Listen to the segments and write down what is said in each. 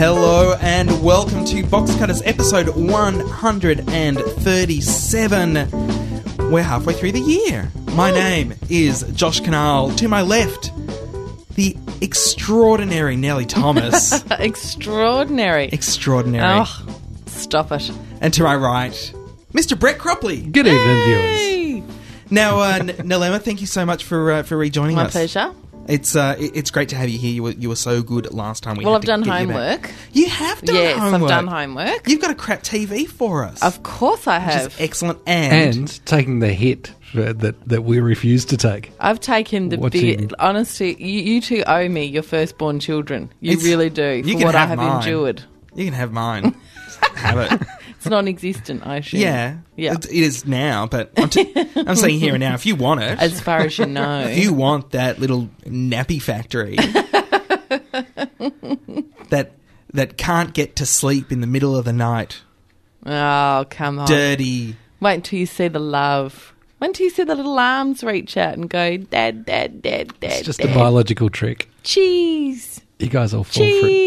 Hello and welcome to Box Cutters episode 137. We're halfway through the year. My name is Josh Canal. To my left, the extraordinary Nellie Thomas. Extraordinary. extraordinary. Oh, stop it. And to my right, Mr. Brett Cropley. Good evening, viewers. Now, uh, N- Nalema, thank you so much for uh, for rejoining My us. pleasure. It's uh, it- it's great to have you here. You were, you were so good last time. We Well, had I've to done get you back. homework. You have done yes, homework. I've done homework. You've got a crap TV for us. Of course I which have. is excellent. And, And taking the hit for, that, that we refuse to take. I've taken the Watching- big. Honestly, you, you two owe me your firstborn children. You It's- really do. you for can what I have have mine. endured. you can have mine. have it. It's non existent, I assume. Yeah. Yeah. It, it is now, but I'm, t- I'm saying here and now. If you want it, As far as you know. if you want that little nappy factory that that can't get to sleep in the middle of the night, Oh, come on. dirty. Wait until you see the love. Wait until you see the little arms reach out and go, Dad, Dad, Dad, Dad. It's just a Dad. biological trick. Cheese. You guys all fall for it. Cheese.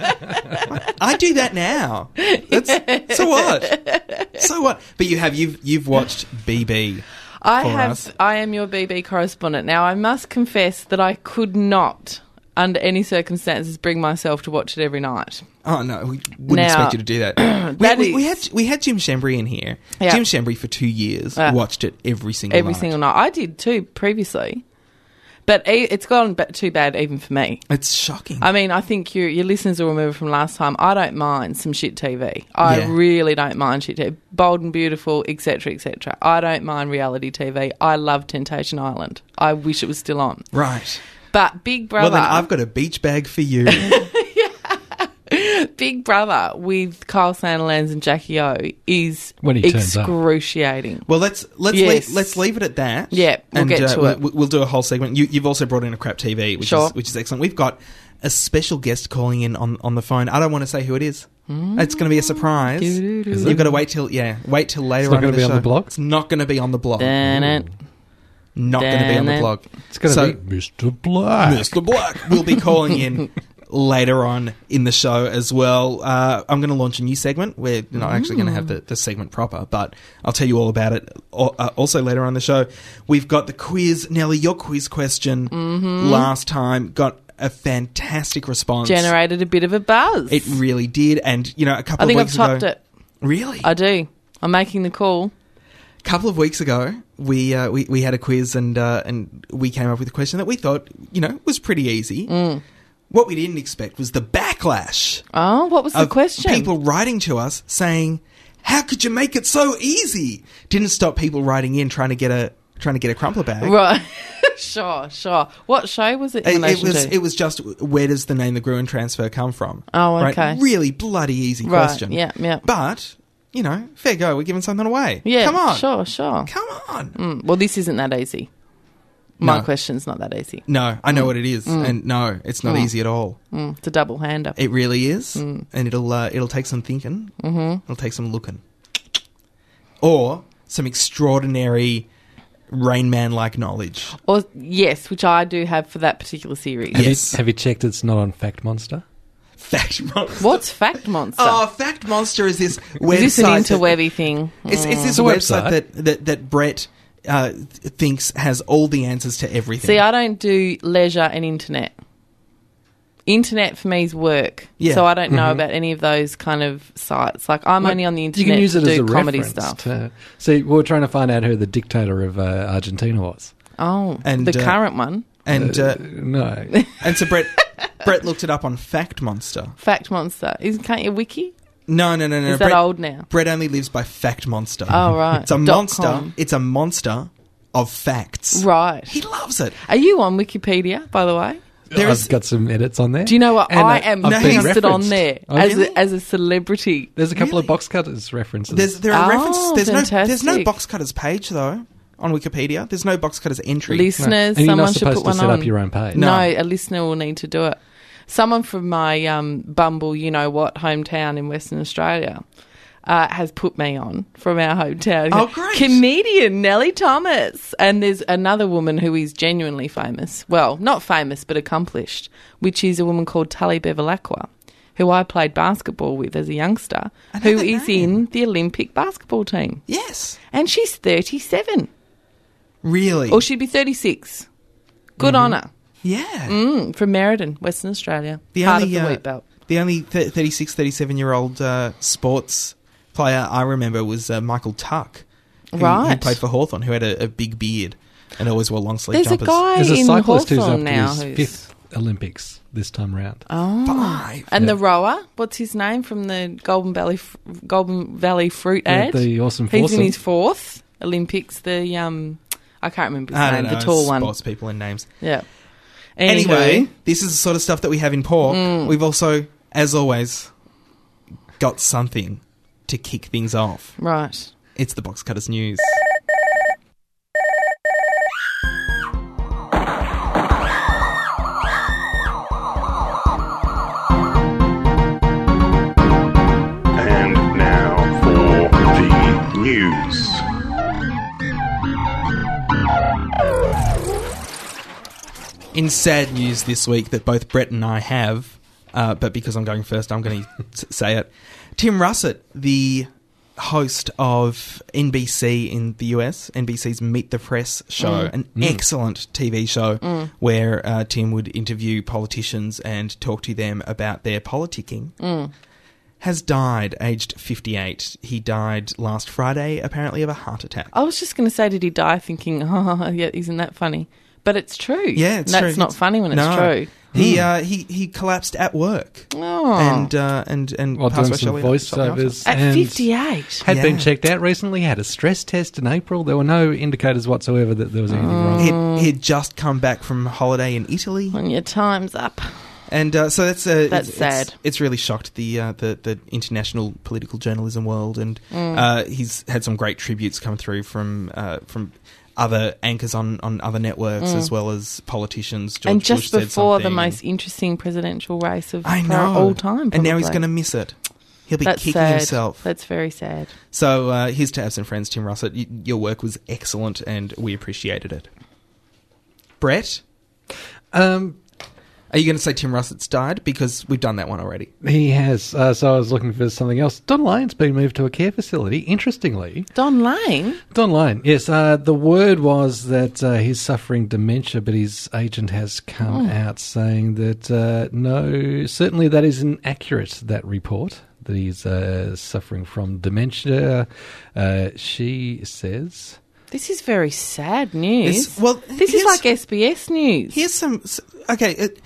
I do that now. That's, so what? So what? But you have you've you've watched BB. I for have. us. I am your BB correspondent. Now, I must confess that I could not, under any circumstances, bring myself to watch it every night. Oh no, we wouldn't Now- expect you to do that. we, That we- we is- had we had Jim Shambry in here. Yeah. Jim Shambry for two years Yeah. watched it every single Every night. single night, I did too previously, but e- it's gone ba- too bad even for me. It's shocking. I mean, I think your your listeners will remember from last time. I don't mind some shit TV. I Yeah. really don't mind shit TV. Bold and beautiful, etc., etc. I don't mind reality TV. I love Temptation Island. I wish it was still on. right. But Big Brother. Well then, I've got a beach bag for you. Big Brother with Kyle Sandilands and Jackie O is When he turns up. excruciating. well, let's let's Yes. leave, let's leave it at that. Yeah, we'll and get to we'll, it. we'll do a whole segment. You, you've also brought in a crap TV, which Sure. is which is excellent. We've got a special guest calling in on, on the phone. I don't want to say who it is. Hmm. It's going to be a surprise. Doo-doo-doo. Is it? You've got to wait till yeah, wait till later It's not on in gonna be the on show. the blog? It's not going to be on the blog. Dun it. Not going to be on the Dun-dun. blog. It's going to So- be Mr. Black. Mr. Black will be calling in later on in the show as well. Uh, I'm going to launch a new segment. We're not actually going to have the, the segment proper, but I'll tell you all about it al- uh, also later on in the show. We've got the quiz. Nelly, your quiz question Mm-hmm. last time got a fantastic response. Generated a bit of a buzz. It really did. And, you know, a couple I think of I've weeks topped ago. it. Really? I do. I'm making the call. couple of weeks ago, we uh, we, we had a quiz and uh, and we came up with a question that we thought you know was pretty easy. Mm. What we didn't expect was the backlash Oh, what was the of question? people writing to us saying, "How could you make it so easy?" Didn't stop people writing in trying to get a trying to get a crumpler bag. Right. sure, sure. What show was it in It, it relation was to? it was just where does the name the Gruen transfer come from? Oh, Right? okay. Really bloody easy Right, question. yeah, yeah. But you know, fair go. We're giving something away. yeah, come on, sure, sure. come on. Mm, Well, this isn't that easy. My No. question's not that easy. No, I know what it is, and no, it's not easy at all. Mm, it's a double hander. It really is, and it'll uh, it'll take some thinking. Mm-hmm. It'll take some looking, or some extraordinary Rain Man like knowledge. Or yes, which I do have for that particular series. Have, Yes. you, have you checked it's not on Fact Monster? Fact monster. What's Fact Monster? Oh, fact monster is this website? is this an that- interwebby Mm. thing? It's, it's this a website, website. that that that Brett uh, th- thinks has all the answers to everything. Mm. See, I don't do leisure and internet. Internet for me is work, Yeah. so I don't know about any of those kind of sites. Like I'm only on the internet Mm-hmm. You can use it to as do a comedy reference stuff. to- see, we were trying to find out who the dictator of uh, Argentina was. Oh, And, the uh, current one, and uh, No. and so Brett Brett looked it up on Fact Monster. Fact Monster, is can't you wiki? No, no, no, no. Is that Brett, old now? Brett only lives by fact monster. Oh right, It's a Dot monster. com. It's a monster of facts. right? He loves it. Are you on Wikipedia, by the way? There I've is got some edits on there. Do you know what And, I uh, am I've no, been hang on. listed on referenced. Oh, there I've- as Really? a, as a celebrity? there's a couple Really? of box cutters references. there's there are Oh, references. There's no there's no fantastic. box cutters page though on Wikipedia. There's no box cutters entry. No. Listeners, and you're someone not should put supposed to one set on. up your own page. No. No. a listener will need to do it. Someone from my um, Bumble, you know what, hometown in Western Australia uh, has put me on from our hometown. Oh, great. Comedian Nellie Thomas. And there's another woman who is genuinely famous. Well, not famous, but accomplished, which is a woman called Tully Bevilacqua, who I played basketball with as a youngster, I know who that is name. in the Olympic basketball team. Yes. And she's 37, Really? or she'd be 36. Good Mm-hmm. on her. yeah. Mm, from Meriden, Western Australia. The part only, of the uh, wheat belt. The only th- 36, 37 year old uh, sports player I remember was uh, Michael Tuck. Who, Who Right. played for Hawthorn, who had a, a big beard and always wore long sleeve There's jumpers. a guy There's a in cyclist who's up to Hawthorne now his who's fifth Olympics this time round. Oh. Five. And Yeah. the rower, what's his name from the Golden Valley f- Golden Valley fruit Yeah, ad? the awesome He's in foursome. his fourth Olympics. The um, I can't remember his I don't name. know, the tall one. Sports people and names. Yeah. Anyway, this is the sort of stuff that we have in Paw. We've also, as always, got something to kick things off. right. It's the Box Cutters News. And now for the news. In sad news this week that both Brett and I have, uh, but because I'm going first, I'm going to say it. Tim Russett, the host of NBC in the US, NBC's Meet the Press show, an excellent TV show where uh, Tim would interview politicians and talk to them about their politicking. Has died aged 58. He died last Friday, apparently, of a heart attack. I was just going to say, did he die thinking, oh, yeah, isn't that funny? But it's true. Yeah, it's That's true. not funny when it's No. true. Hmm. He, uh, he, he collapsed at work. Oh. and uh, and and While doing passed some away shortly- shortly after. voiceovers. At and 58. Had Yeah. been checked out recently, had a stress test in April. There were no indicators whatsoever that there was anything Oh. wrong. Mm. He'd, he'd just come back from holiday in Italy, When your time's up. and uh, so that's uh, That's it's, it's- sad. It's, really shocked the uh, the the international political journalism world, and Mm. uh, he's had some great tributes come through from uh, from other anchors on, on other networks as well as politicians. George Mm. and just Bush said before the something. most interesting presidential race of I pro- know all time. and now he's probably. going to miss it. He'll be That's kicking sad. himself. That's very sad. So uh, here's to absent friends, Tim Russett. Y- your work was excellent, and we appreciated it. Brett, Um, are you going to say Tim Russett's died because we've done that one already? he has. Uh, so I was looking for something else. Don Lyon's been moved to a care facility. Interestingly, Don Lane. Don Lyon. Yes, uh, the word was that uh, he's suffering dementia, but his agent has come out saying that uh, no, certainly that is inaccurate. That report that he's uh, suffering from dementia. Uh, she says. This is very sad news. It's- well, this is here's- like SBS news. Here's some. s- Okay, it,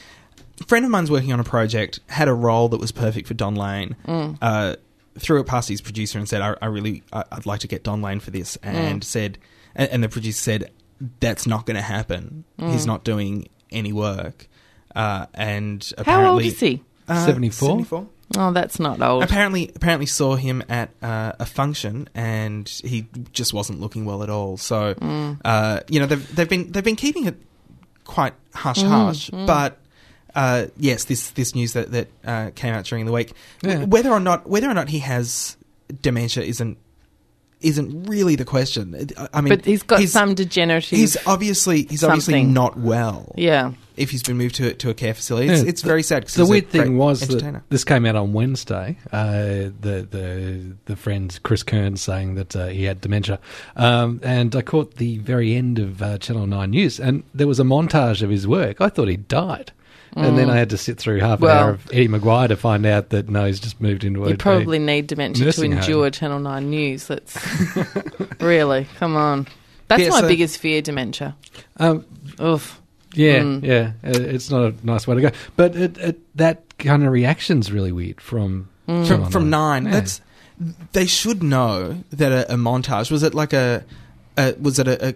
a friend of mine's working on a project had a role that was perfect for Don Lane. Mm. Uh, threw it past his producer and said, "I, I really, I, I'd like to get Don Lane for this," Mm. and said, and, and the producer said, "That's not going to happen. Mm. He's not doing any work." Uh, and apparently, How old is he? Uh, 74? 74? Oh, that's not old. Apparently, apparently saw him at uh, a function, and he just wasn't looking well at all. So, Mm. uh, you know, they've, they've been they've been keeping it quite hush hush. Mm, But uh, yes, this this news that that uh, came out during the week, W- Yeah. whether or not whether or not he has dementia isn't isn't really the question. I- I mean, but he's got he's, some degenerative. He's obviously he's obviously something. not well. yeah. If he's been moved to to a care facility, it's, Yeah, it's the- very sad. 'cause The he's a weird great thing was that entertainer. this came out on Wednesday. Uh, the the the friend Chris Kern saying that uh, he had dementia, um, and I caught the very end of uh, Channel Nine News, and there was a montage of his work. I thought he died, and then I had to sit through half an Well- hour of Eddie McGuire to find out that no, he's just moved into a. You probably need dementia to nursing home. endure Channel 9 news. That's really, come on. That's Yeah, my so- biggest fear, dementia. Um, Oof. Yeah, Mm. yeah. Uh, It's not a nice way to go, but it, it, that kind of reaction's really weird from Mm. from, from nine. Yeah. That's they should know that a, a montage was it like a, a was it a, a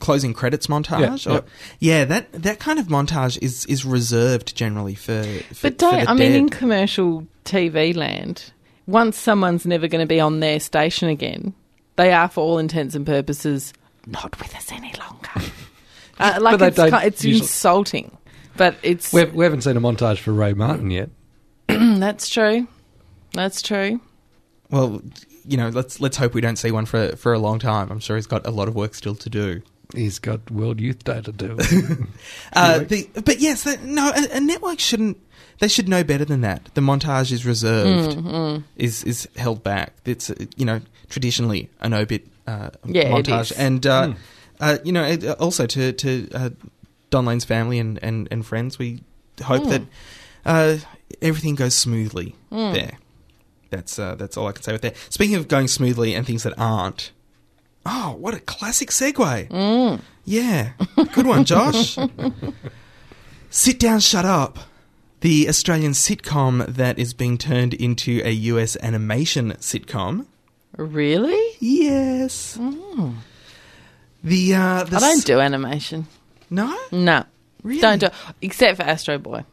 closing credits montage? Yeah, yeah. yeah, that that kind of montage is is reserved generally for. for But don't, for the I mean, in dead. commercial TV land, once someone's never going to be on their station again, they are, for all intents and purposes, not with us any longer. uh, like, but they it's, don't ki- it's usually- insulting, but it's mm, We've, we haven't seen a montage for Ray Martin yet. that's true. That's true. Well, you know, let's let's hope we don't see one for for a long time. I'm sure he's got a lot of work still to do. He's got World Youth Day to do. Uh, the, but yes, that, no, a, a network shouldn't. They should know better than that. The montage is reserved, Mm-hmm. is is held back. It's uh, you know traditionally an obit uh, Yeah, it montage, is. Hmm. and uh, uh, you know it, uh, also to to uh, Don Lane's family and, and, and friends. We hope Hmm. that uh, everything goes smoothly Hmm. there. That's uh, that's all I can say with that. Speaking of going smoothly and things that aren't. Oh, what a classic segue! Hmm. Yeah. Good one, Josh. Sit Down, Shut Up. The Australian sitcom that is being turned into a US animation sitcom. Really? Yes. The, uh, Mm. I the s- don't do animation. No? No. Really? Don't do except for Astro Boy.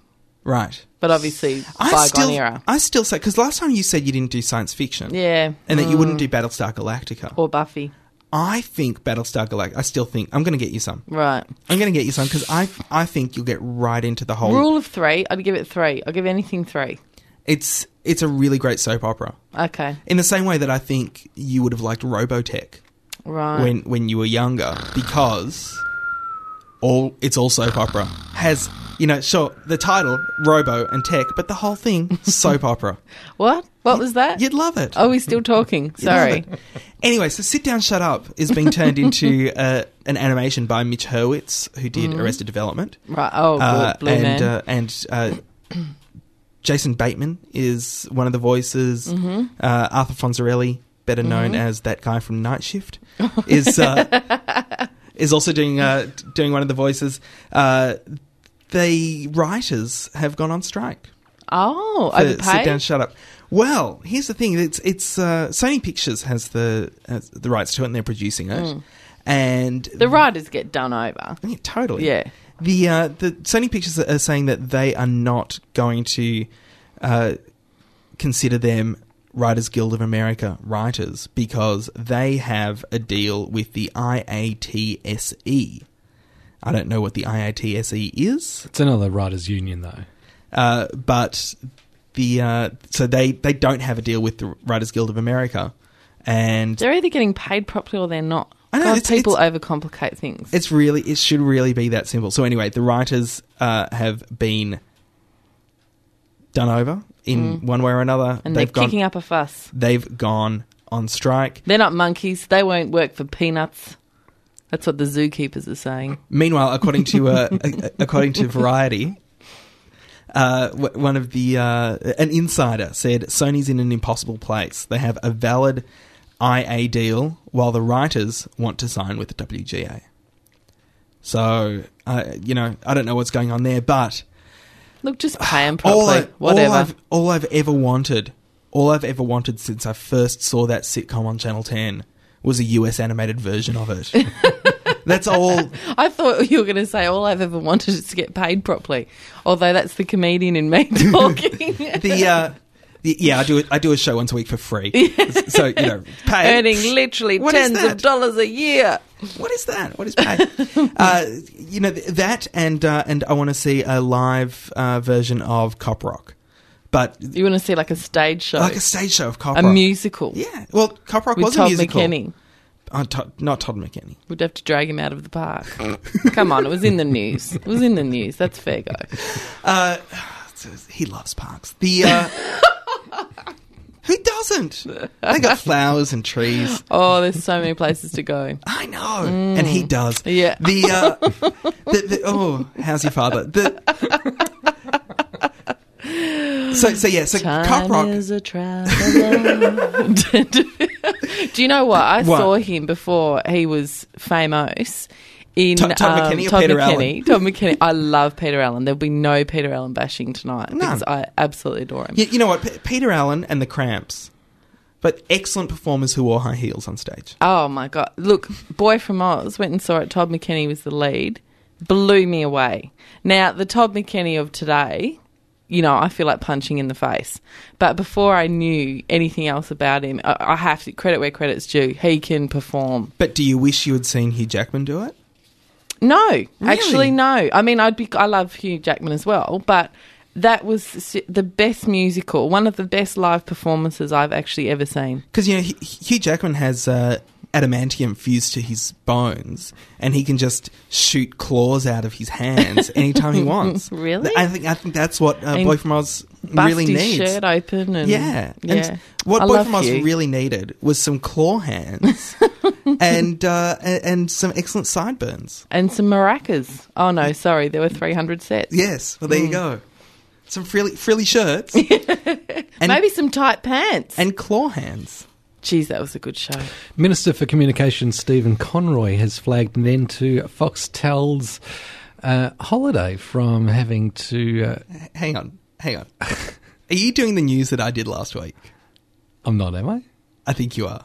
Right. But obviously I bygone still, era. I still say, because last time you said you didn't do science fiction. Yeah. Mm. And that you wouldn't do Battlestar Galactica. Or Buffy. I think Battlestar Galactica, I still think, I'm going to get you some. Right. I'm going to get you some because I, I think you'll get right into the whole. Rule of three, I'd give it three. I'll give anything three. It's, it's a really great soap opera. Okay. In the same way that I think you would have liked Robotech Right. when, when you were younger, because all it's all soap opera has you know sure the title Robo and Tech, but the whole thing soap opera. what? What was that? You'd love it. Oh, we're still talking. You'd love Sorry. it. Anyway, so Sit Down, Shut Up is being turned into uh, an animation by Mitch Hurwitz, who Mm. did Arrested Development, Right. Oh, uh, blue, blue and man. Uh, and uh, Jason Bateman is one of the voices. Mm-hmm. Uh, Arthur Fonzarelli, better known as that guy from Night Shift, is uh, is also doing uh, d- doing one of the voices. Uh, the writers have gone on strike. oh, for overpaid. sit down, shut up. Well, here's the thing: it's it's uh, Sony Pictures has the has the rights to it, and they're producing it. And Mm. the writers get done over. yeah, totally. Yeah. The uh, the Sony Pictures are saying that they are not going to uh, consider them Writers Guild of America writers because they have a deal with the IATSE. E. I don't know what the IATSE E is, it's another writers' union, though. uh, but the uh, so they they don't have a deal with the Writers Guild of America, and They're either getting paid properly or they're not. I know, God, it's- people overcomplicate things. It's really it should really be that simple. So anyway, the writers uh, have been done over in one way or another. Mm. and they're gone, kicking up a fuss. They've gone on strike. They're not monkeys. They won't work for peanuts. That's what the zookeepers are saying. Meanwhile, according to uh, a- according to Variety. Uh, w- one of the uh, an insider said Sony's in an impossible place. They have a valid IA deal, while the writers want to sign with the WGA. So uh, you know, I don't know what's going on there, but Look, just pay them properly. Whatever. All I've, all I've ever wanted, all I've ever wanted since I first saw that sitcom on Channel 10 was a US animated version of it. That's all. I thought you were going to say all I've ever wanted is to get paid properly. Although that's the comedian in me talking. The, uh, the yeah, I do it. I do a show once a week for free. so you know, pay Earning literally uh, What is tens of that? dollars a year. What is that? What is pay? uh, you know th- that, and uh, and I want to see a live uh, version of Cop Rock, but You want to see like a stage show, like a stage show of Cop a Rock. musical yeah, well, Cop Rock with was Todd a musical. McKinney. Uh, Todd, not Todd McKinney. We'd have to drag him out of the park. Come on, it was in the news. It was in the news. That's fair go. Uh, he loves parks. The uh, who doesn't? They got flowers and trees. Oh, there's so many places to go. I know, and he does. Mm. Yeah. The, uh, the, the oh, how's your father? The, so so yeah, so Cop Time Rock. is a traveler. Do you know what? I What? saw him before he was famous. In Todd- Todd um, McKinney or Todd Peter McKinney. Todd McKinney. I love Peter Allen. There'll be no Peter Allen bashing tonight because I absolutely adore him. You, you know what? P- Peter Allen and the Cramps, but excellent performers who wore high heels on stage. Oh my god! Look, Boy from Oz went and saw it. Todd McKinney was the lead. Blew me away. Now the Todd McKinney of today, you know, I feel like punching in the face. But before I knew anything else about him, I, I have to credit where credit's due. He can perform. But do you wish you had seen Hugh Jackman do it? No, actually, no. I mean, I'd be. I love Hugh Jackman as well, but that was s- the best musical, one of the best live performances I've actually ever seen. Because you know H- Hugh Jackman has uh, adamantium fused to his bones, and he can just shoot claws out of his hands anytime he wants. Really? I think I think that's what uh, And Boy from Oz Bust really his needs. shirt open and Yeah. yeah. And what I Boy love From Oz Hugh. really needed was some claw hands and, uh, and and some excellent sideburns. and some maracas. Oh no, sorry, there were three hundred sets. Yes. Well, there Mm. you go. Some frilly frilly shirts and Maybe some tight pants. and claw hands. Jeez, that was a good show. Minister for Communications Stephen Conroy has flagged an end to Foxtel's uh, holiday from having to. Uh, H- Hang on. Hang on. Are you doing the news that I did last week? I'm not, am I? I think you are.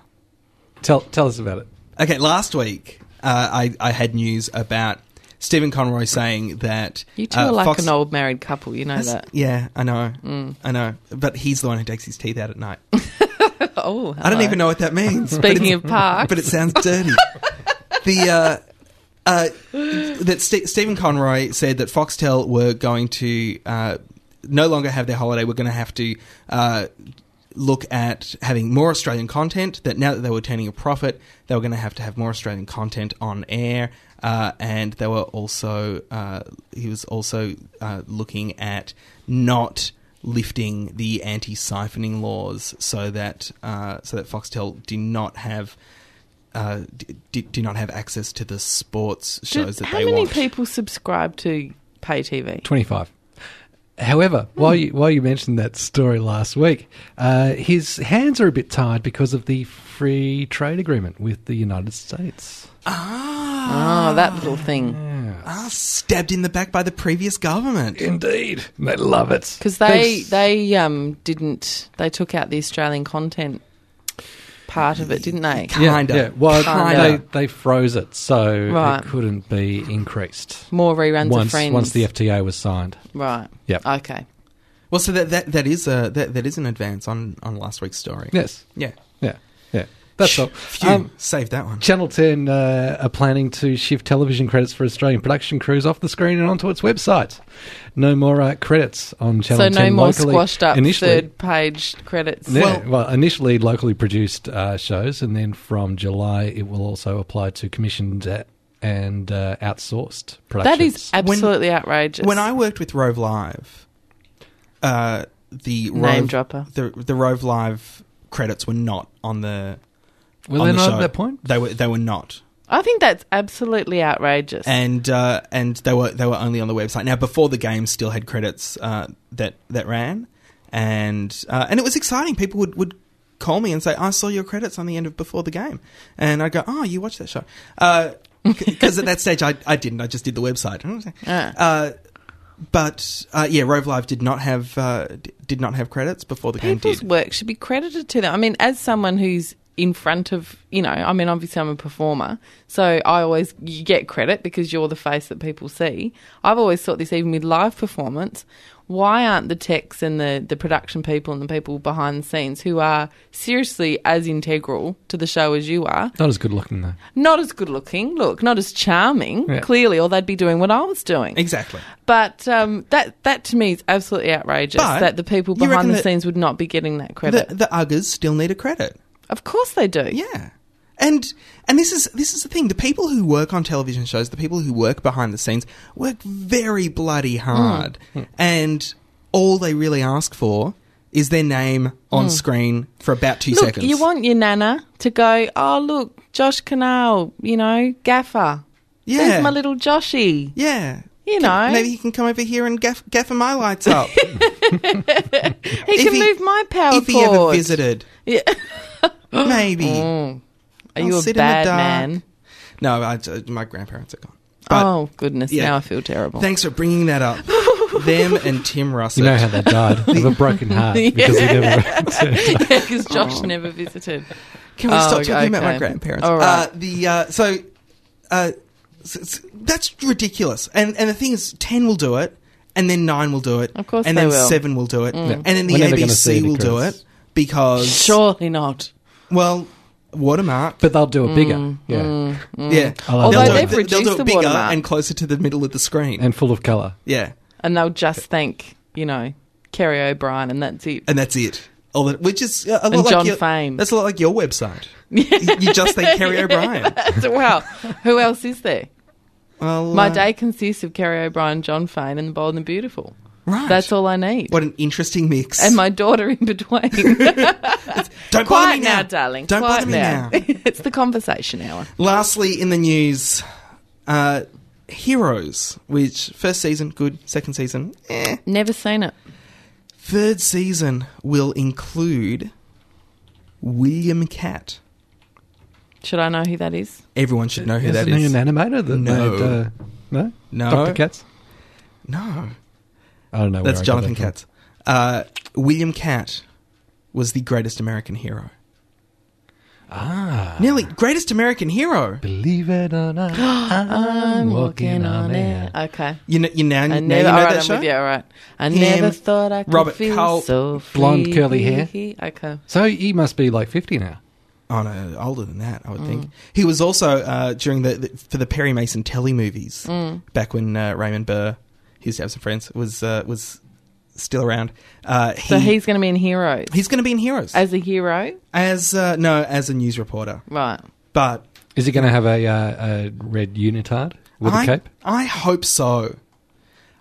Tell tell us about it. Okay, last week uh, I, I had news about Stephen Conroy saying that You two uh, are like Fox- an old Mm. married couple, you know That's- that. Yeah, I know, I know. But he's the one who takes his teeth out at night. Oh, I don't even know what that means. but Speaking it's- of parks. but it sounds dirty. the uh, uh, that Ste Stephen Conroy said that Foxtel were going to uh, no longer have their holiday. We're going to have to uh, look at having more Australian content. That now that they were turning a profit, they were going to have to have more Australian content on air. Uh, and they were also uh, he was also uh, looking at not lifting the anti-siphoning laws so that uh, so that Foxtel do not have uh, d- d- do not have access to the sports shows Did- that How they many watch. people subscribe to pay TV? 25. However, while you while you mentioned that story last week, uh, his hands are a bit tied because of the free trade agreement with the United States. Oh, that little thing. Ah, stabbed in the back by the previous government. Indeed, they love it Because they Thanks. they um didn't they took out the Australian content part of it, didn't they? Can't- yeah, Kinda. yeah. Well, Kinda. they they froze it so Right. it couldn't be increased More reruns of once Friends. once the FTA was signed. right. Yep. Okay. Well, so that that, that is a that, that is an advance on on last week's story. Yes, Yeah. yeah, yeah. That's Phew, all. Phew, Um, save that one. Channel 10 uh, are planning to shift television credits for Australian production crews off the screen and onto its website. No more uh, credits on Channel so 10 no more locally. squashed up initially, third page credits. Yeah, Well- well, initially locally produced uh, shows, and then from July it will also apply to commissioned uh, and uh, outsourced productions. that is absolutely outrageous. When I worked with Rove Live, uh, the Name Rove, dropper. the the Rove Live credits were not on the. Were on they the not show. at that point? They were they were not. I think that's absolutely outrageous. and uh, and they were they were only on the website. Now, before the game still had credits uh, that that ran, and uh, and it was exciting. People would would call me and say, "I saw your credits on the end of before the game," and I go, "Oh, you watched that show." Because at that stage, I, I didn't. I just did the website. Ah. Uh, but uh, yeah, Rove Live did not have uh, d- did not have credits before the game People's did. work should be credited to them. I mean, as someone who's in front of, you know, I mean, obviously I'm a performer, so I always you get credit because you're the face that people see. I've always thought this, even with live performance. Why aren't the techs and the, the production people and the people behind the scenes who are seriously as integral to the show as you are Not as good looking though. not as good looking, look, not as charming, Yeah. clearly, or they'd be doing what I was doing. Exactly. But um, that that to me is absolutely outrageous But that the people you reckon behind the that- scenes would not be getting that The, credit. the Uggers still need a credit. of course they do. Yeah. And and this is this is the thing. The people who work on television shows, the people who work behind the scenes, work very bloody hard. Mm. Hmm. And all they really ask for is their name on screen for about two Hmm. Look, seconds. you want your nana to go, oh, look, Josh Canal, you know, Gaffer. yeah, There's my little Joshy. yeah. You Can- know. maybe he can come over here and gaff, gaffer my lights up He If can he- move my power if he ever cord. visited. Yeah. Mm. Maybe. Are I'll you a sit in the bad dark. man? No, I, uh, my grandparents are gone. oh, goodness, yeah. now I feel terrible. Thanks for bringing that up. Them and Tim Russell. You know how they died of a broken heart because they never. Because Oh. Josh never visited. Can we Oh, stop talking about okay. my grandparents? All right. Uh, the uh, so, uh, s- s- that's ridiculous. And and the thing is, ten will do it, and then nine will do it, Of course and they then will. Mm. seven will do it, and then the We're never gonna see ABC the will do credits. it because Surely not. well, watermark. but they'll do it bigger, yeah, yeah, I love they'll that. do it- Although Mm. they've they'll do reduced it the bigger watermark. and closer to the middle of the screen. and full of color. yeah, And they'll just think you know, Kerry O'Brien, and that's it. and that's it. All that, which is uh, a lot And like John your, Fame. That's a lot like your website. you you just think Kerry O'Brien. So, wow, who else is there? Well, My uh, day consists of Kerry O'Brien, John Fane, and the Bold and the Beautiful. uh, Right. That's all I need. What an interesting mix. And my daughter in between. Don't bother Quiet me now, now, darling. Don't Quiet bother me now. now. it's the conversation hour. Lastly, in the news, uh, Heroes, which first season good, second season eh. Never seen it. Third season will include William Cat. Should I know who that is? Everyone should know who Isn't Oh, that is. he an animator that No. made uh, no No. Doctor Katz? No, Oh, I don't know. where that's I got Jonathan that from. Katz. Uh, William Cat was the greatest American hero. Ah, Nearly greatest American hero. believe it or not, I'm walking on air. Okay. You know, you now, I now never. you know all right, that I'm show. with you. All right. I Him, never thought I could Robert feel Culp, so free. blonde curly hair. Okay. So he must be like fifty now. Oh no, older than that, I would Mm. think. He was also uh, during the, the for the Perry Mason telly movies Mm. back when uh, Raymond Burr, he used to have some friends, was uh, was still around. Uh, he, So he's going to be in Heroes he's going to be in Heroes as, as a hero, uh, no as a news reporter, right? but Is he going to have a, uh, a red unitard with I a cape? I hope so.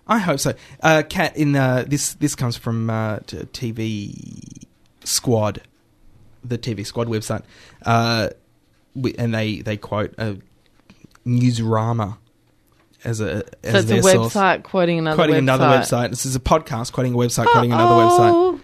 I hope so. Uh, Kat, in uh, this this comes from uh, t- TV Squad, the TV Squad website, uh, we, and they they quote a newsrama as a as So it's a their website source. quoting another quoting website. another website. This is a podcast quoting a website, quoting another website. Uh-oh.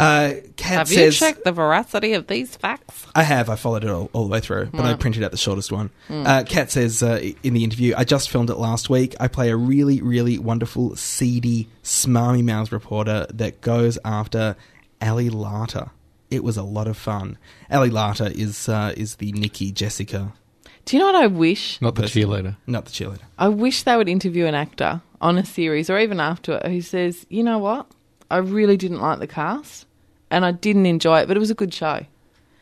Uh, Kat Have you says, checked the veracity of these facts? I have. I followed it all, all the way through, but I Right. printed out the shortest one. Mm. Uh, Kat says uh, in the interview, I just filmed it last week. I play a really, really wonderful, seedy, smarmy mouth reporter that goes after Ali Larter. It was a lot of fun. Ali Larter is uh, is the Nikki Jessica, Do you know what I wish? Not the Person. cheerleader. not the cheerleader. I wish they would interview an actor on a series or even after it who says, you know what? I really didn't like the cast and I didn't enjoy it, but it was a good show.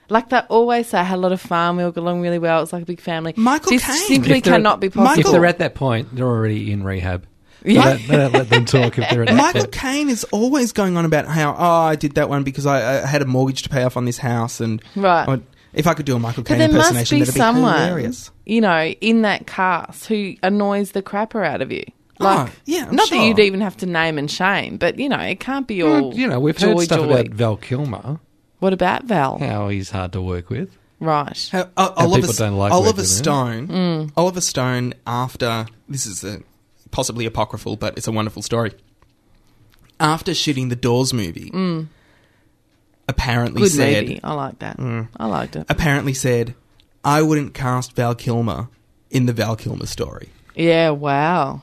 Like they always say, I had a lot of fun, we all got along really well, it's like a big family. Michael this Caine. simply If they're- cannot be Michael- possible. If they're at that point, they're already in rehab. Yeah. Yeah. Don't, don't let them talk if they're at that Michael point. Caine is always going on about how oh I did that one because I, I had a mortgage to pay off on this house and Right. I- if I could do a Michael but Caine there must impersonation, be that'd be someone, hilarious. you know, in that cast who annoys the crapper out of you. Oh, Like, yeah, I'm not that sure. you'd even have to name and shame, but you know, it can't be all. Well, you know, we've joy, heard stuff joy. about Val Kilmer, What about Val? how he's hard to work with. Right. How, uh, Oliver, people don't like Oliver working with Stone. Mm. Oliver Stone. After this is a, possibly apocryphal, but it's a wonderful story. After shooting the Doors movie, apparently Mm. Good said Mm. Uh, movie. I like that. I liked it. apparently said, I wouldn't cast Val Kilmer in the Val Kilmer story. Yeah, wow.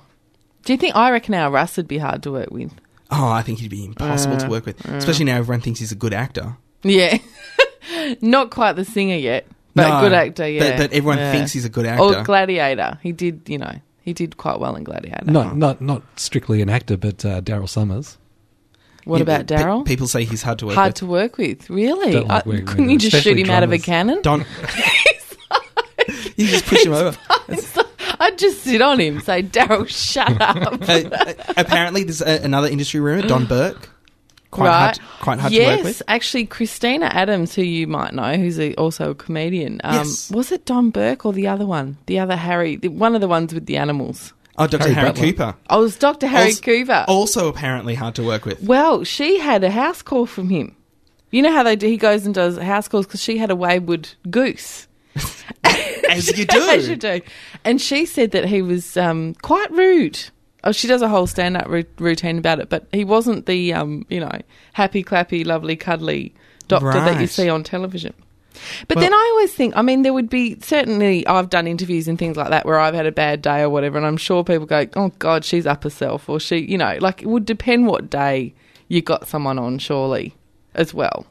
Do you think I reckon our Russ would be hard to work with? Oh, I think he'd be impossible Uh, to work with, especially now everyone thinks he's a good actor. Yeah. Not quite the singer yet, but No, a good actor, yeah. but- but everyone Yeah. Oh, thinks he's a good Or actor. Gladiator. He did, you know, he did quite well in Gladiator. Not, not, not strictly an actor, but uh, Daryl Summers. What You- about pe- Daryl? people say he's hard to work hard with. to work with. Really? Don't like I- working couldn't with you him, just shoot especially him out of a drummers. cannon? Don't. you just push him over. I'd just sit on him, say, Daryl, shut up. Uh, uh, apparently, there's a, another industry rumor, Don Burke. Quite hard, quite hard Mm. yes, to work with. actually, Christina Adams, who you might know, who's a, also a comedian. Um, Yes. Was it Don Burke or the other one? The other Harry, the, one of the ones with the animals. Oh, Dr. Harry Harry, Butler. Cooper. Oh, it was Dr. Harry Also- Cooper. Also, apparently hard to work with. Well, she had a house call from him. You know how they do? He goes and does house calls because she had a wayward goose. As you do. As you do. And she said that he was um, quite rude. Oh, she does a whole stand-up ru- routine about it, but he wasn't the um, you know happy, clappy, lovely, cuddly doctor that you Right. see on television. But Well- then I always think, I mean, there would be certainly I've done interviews and things like that where I've had a bad day or whatever, and I'm sure people go, "Oh God, she's up herself," or she, you know, like it would depend what day you got someone on, surely, as well.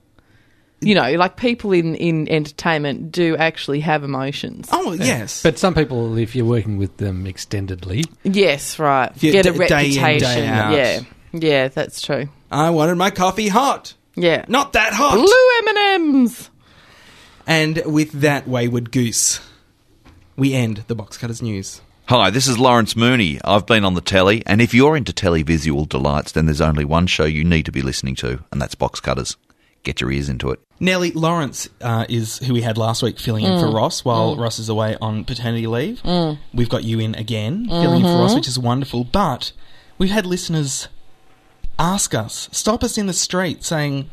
You know, like people in in entertainment do actually have emotions. Oh, yes. But some people, if you're working with them extendedly, Yes, right. Yeah, Get a d- day in, reputation. day out. Yeah, yeah, that's true. I wanted my coffee hot. Yeah, Not that hot. blue M and M's. And with that wayward goose, we end the Box Cutters news. Hi, this is Lawrence Mooney. I've been on the telly, and if you're into televisual delights, then there's only one show you need to be listening to, and that's Box Cutters. Get your ears into it. Nellie Lawrence uh, is who we had last week filling in Mm. for Ross while Ross is away on paternity leave. We've got you in again filling in for Mm-hmm. Ross, which is wonderful. But we've had listeners ask us, stop us in the street saying,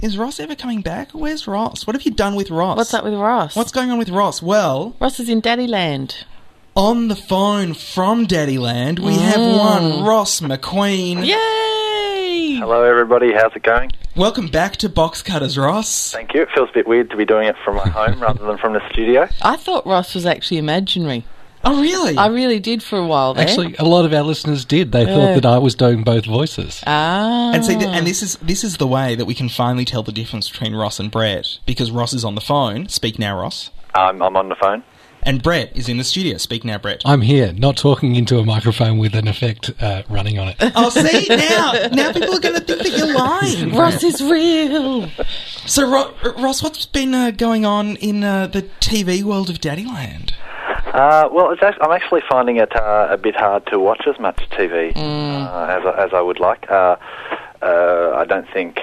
Is Ross ever coming back? Where's Ross? What have you done with Ross? What's up with Ross? What's going on with Ross? Well, Ross is in Daddyland. on the phone from Daddyland, we have Mm. one Ross McQueen. Yay! Hello, everybody. How's it going? Welcome back to Box Cutters, Ross. Thank you. It feels a bit weird to be doing it from my home rather than from the studio. I thought Ross was actually imaginary. Oh, really? I really did for a while there. Actually, a lot of our listeners did. They Yeah. thought that I was doing both voices. ah, And see, th- and this is this is the way that we can finally tell the difference between Ross and Brett because Ross is on the phone. Speak now, Ross. Um, I'm on the phone. And Brett is in the studio. Speak now, Brett. I'm here, not talking into a microphone with an effect uh, running on it. Oh, see now, now people are going to think that you're lying. Ross is real. So, Ro- Ross, what's been uh, going on in uh, the TV world of Daddyland? Uh, well, it's act- I'm actually finding it uh, a bit hard to watch as much TV uh, as, I- as I would like. Uh, uh, I don't think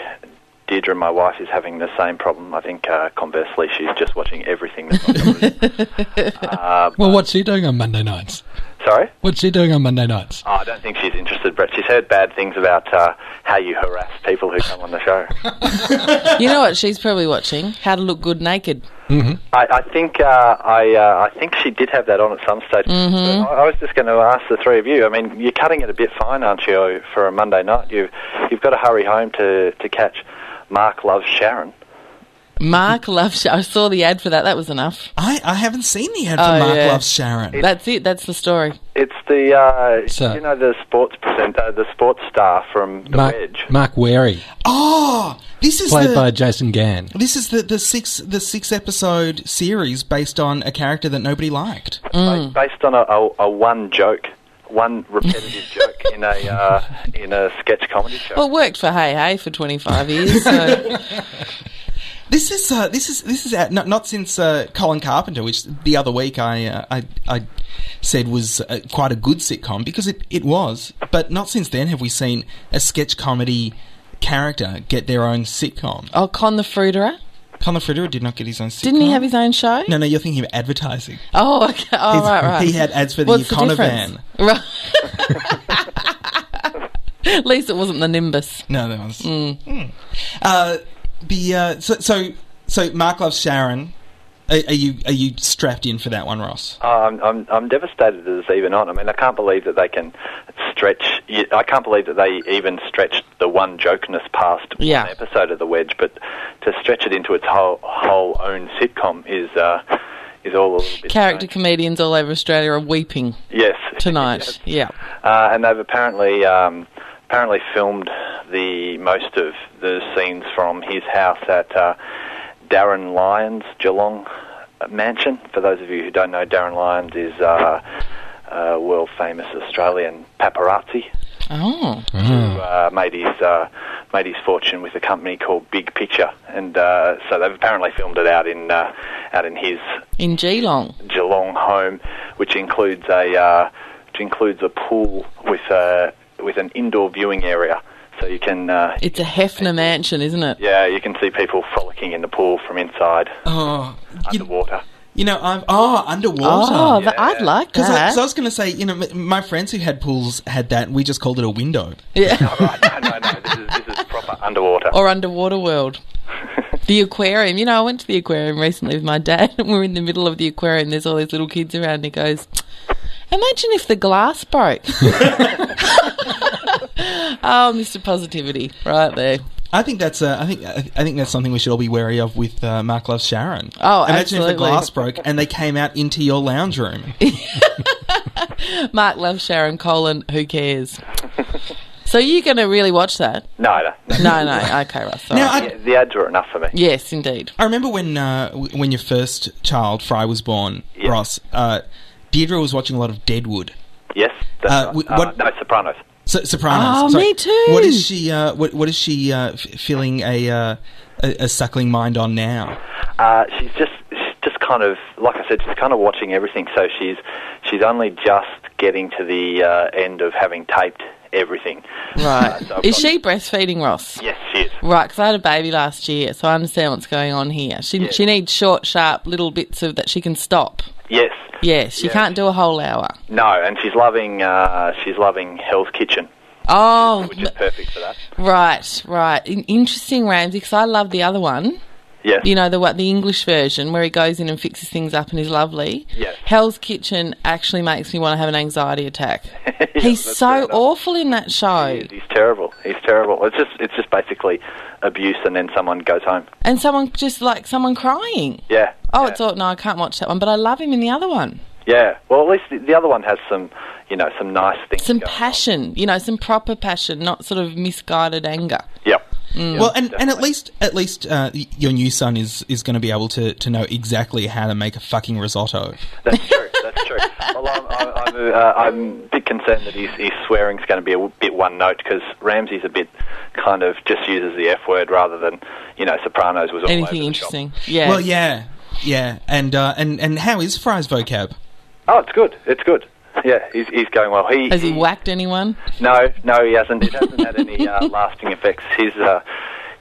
Deirdre, my wife, is having the same problem. I think, uh, conversely, she's just watching everything. That's on television. Well, what's she doing on Monday nights? Sorry? What's she doing on Monday nights? Oh, I don't think she's interested, Brett. She's heard bad things about uh, how you harass people who come on the show. You know what? She's probably watching How to Look Good Naked. I, I think uh, I, uh, I think she did have that on at some stage. But I, I was just going to ask the three of you. I mean, you're cutting it a bit fine, aren't you, for a Monday night? You've you've got to hurry home to, to catch Mark loves Sharon. Mark loves. I saw the ad for that. That was enough. I, I haven't seen the ad for Oh, Mark yeah. Loves Sharon. That's it. That's the story. It's the uh, So- you know the sports presenter, the sports star from The Mark, Wedge. Mark Wary, Oh, this is played the, by Jason Gann. this is the, the six the six episode series based on a character that nobody liked. Ba- based on a, a, a one joke, one repetitive joke in a uh, in a sketch comedy show. Well, it worked for Hey Hey for 25 years. So. This is uh, this is this is at, not, not since uh, Colin Carpenter, which the other week I uh, I, I said was uh, quite a good sitcom because it, it was, but not since then have we seen a sketch comedy character get their own sitcom. oh, Con the Fruiterer. Colin Frederick did not get his own sitcom. Didn't he have his own show? No, no, you're thinking of advertising. Oh, okay. oh He's- right, right. he had ads for the What's Econovan. difference? Right. At least it wasn't the Nimbus. No, that was. Hmm. Mm. Uh, the uh, so so so Mark loves Sharon. Are, are you are you strapped in for that one, Ross? Oh, I'm, I'm, I'm devastated that it's even on. I mean, I can't believe that they can stretch. I can't believe that they even stretched the one jokeness past Yeah. one episode of The Wedge, but to stretch it into its whole whole own sitcom is uh, is all a little bit Character strange. comedians all over Australia are weeping Yes, tonight. Yes. Yeah. Uh, and they've apparently um, apparently filmed the most of the scenes from his house at uh, Darren Lyons Geelong mansion. For those of you who don't know, Darren Lyons is uh, a world famous Australian paparazzi Oh. who uh, made his uh, made his fortune with a company called Big Picture, and uh, so they've apparently filmed it out in uh, out in his In Geelong. Geelong home, which includes a uh, which includes a pool with a with an indoor viewing area, so you can uh, It's a Hefner mansion, isn't it? yeah you can see people frolicking in the pool from inside Oh, you, underwater. you know I'm oh underwater. Oh, that, I'd like Because I, that. 'cause I was going to say, you know, m- my friends who had pools had that. and We just called it a window. yeah. no, no, no, this is, this is proper underwater. or Underwater World. The aquarium. You know, I went to the aquarium recently with my dad, and we're in the middle of the aquarium. There's all these little kids around, and he goes, Imagine if the glass broke. oh, Mr. Positivity, right there. I think that's. Uh, I think. I I think that's something we should all be wary of with uh, Mark loves Sharon. Oh, imagine if absolutely. the glass broke and they came out into your lounge room. Mark loves Sharon Colin. Who cares? So you're going to really watch that? No, no, no. No, no. Okay, Russ. all now, right. I, Yeah, the ads are enough for me. yes, indeed. I remember when uh, w- when your first child, Fry, was born. Yeah. Ross, uh, Deirdre was watching a lot of Deadwood, Yes, that's Uh, right. we- Uh, what- no Sopranos. so, Sopranos. Oh, Sorry. me too. What is she? Uh, what, what is she uh, f- filling a, uh, a a suckling mind on now? Uh, she's just she's just kind of, like I said, she's kind of watching everything. So she's she's only just getting to the uh, end of having taped everything. Uh, Right. so I've Is got- she breastfeeding Ross? Yes, she is. Right, because I had a baby last year, so I understand what's going on here. She she needs short, sharp little bits of that she can stop. Yes. Yes, she Yeah. can't do a whole hour. No, and she's loving uh, she's loving Hell's Kitchen, Oh, which is perfect for that. right, right. In- Interesting, Ramsey, because I love the other one. Yes. You know the what the English version where he goes in and fixes things up and is lovely. Yes. Hell's Kitchen actually makes me want to have an anxiety attack. He's that's fair so enough. awful in that show. He is. He's terrible. He's terrible. It's just it's just basically abuse, and then someone goes home. And someone just like someone crying. Yeah. Oh, yeah. it's all no, I can't watch that one, but I love him in the other one. Yeah. Well, at least the, the other one has some, you know, some nice things. Some going on. passion, you know, some proper passion, not sort of misguided anger. Yep. well, and, and at least at least uh, y- your new son is is going to be able to, to know exactly how to make a fucking risotto. That's true. That's true. Well, I'm, I'm, I'm, uh, I'm a bit concerned that his, his swearing's going to be a w- bit one note because Ramsey's a bit kind of just uses the F word rather than, you know, Sopranos was all over Anything the interesting? Shop. Yeah. Well, yeah, yeah, and uh, and and how is Fry's vocab? Oh, it's good. It's good. Yeah, he's, he's going well. He, Has he whacked anyone? No, no, he hasn't. It hasn't had any uh, lasting effects. His uh,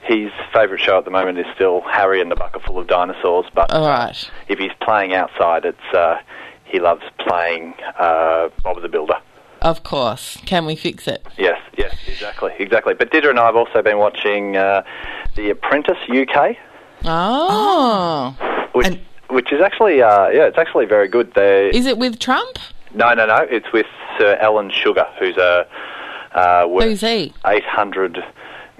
his favourite show at the moment is still Harry and the Bucket Full of Dinosaurs, but All right. if he's playing outside, it's uh, he loves playing uh, Bob the Builder. Of course. Can we fix it? Yes, yes, exactly, exactly. But Didra and I have also been watching uh, The Apprentice UK, Oh. which And- which is actually uh, yeah, it's actually very good. They Is it with Trump? no, no, no. It's with Sir Alan Sugar, who's a uh, worth Who's he? Eight hundred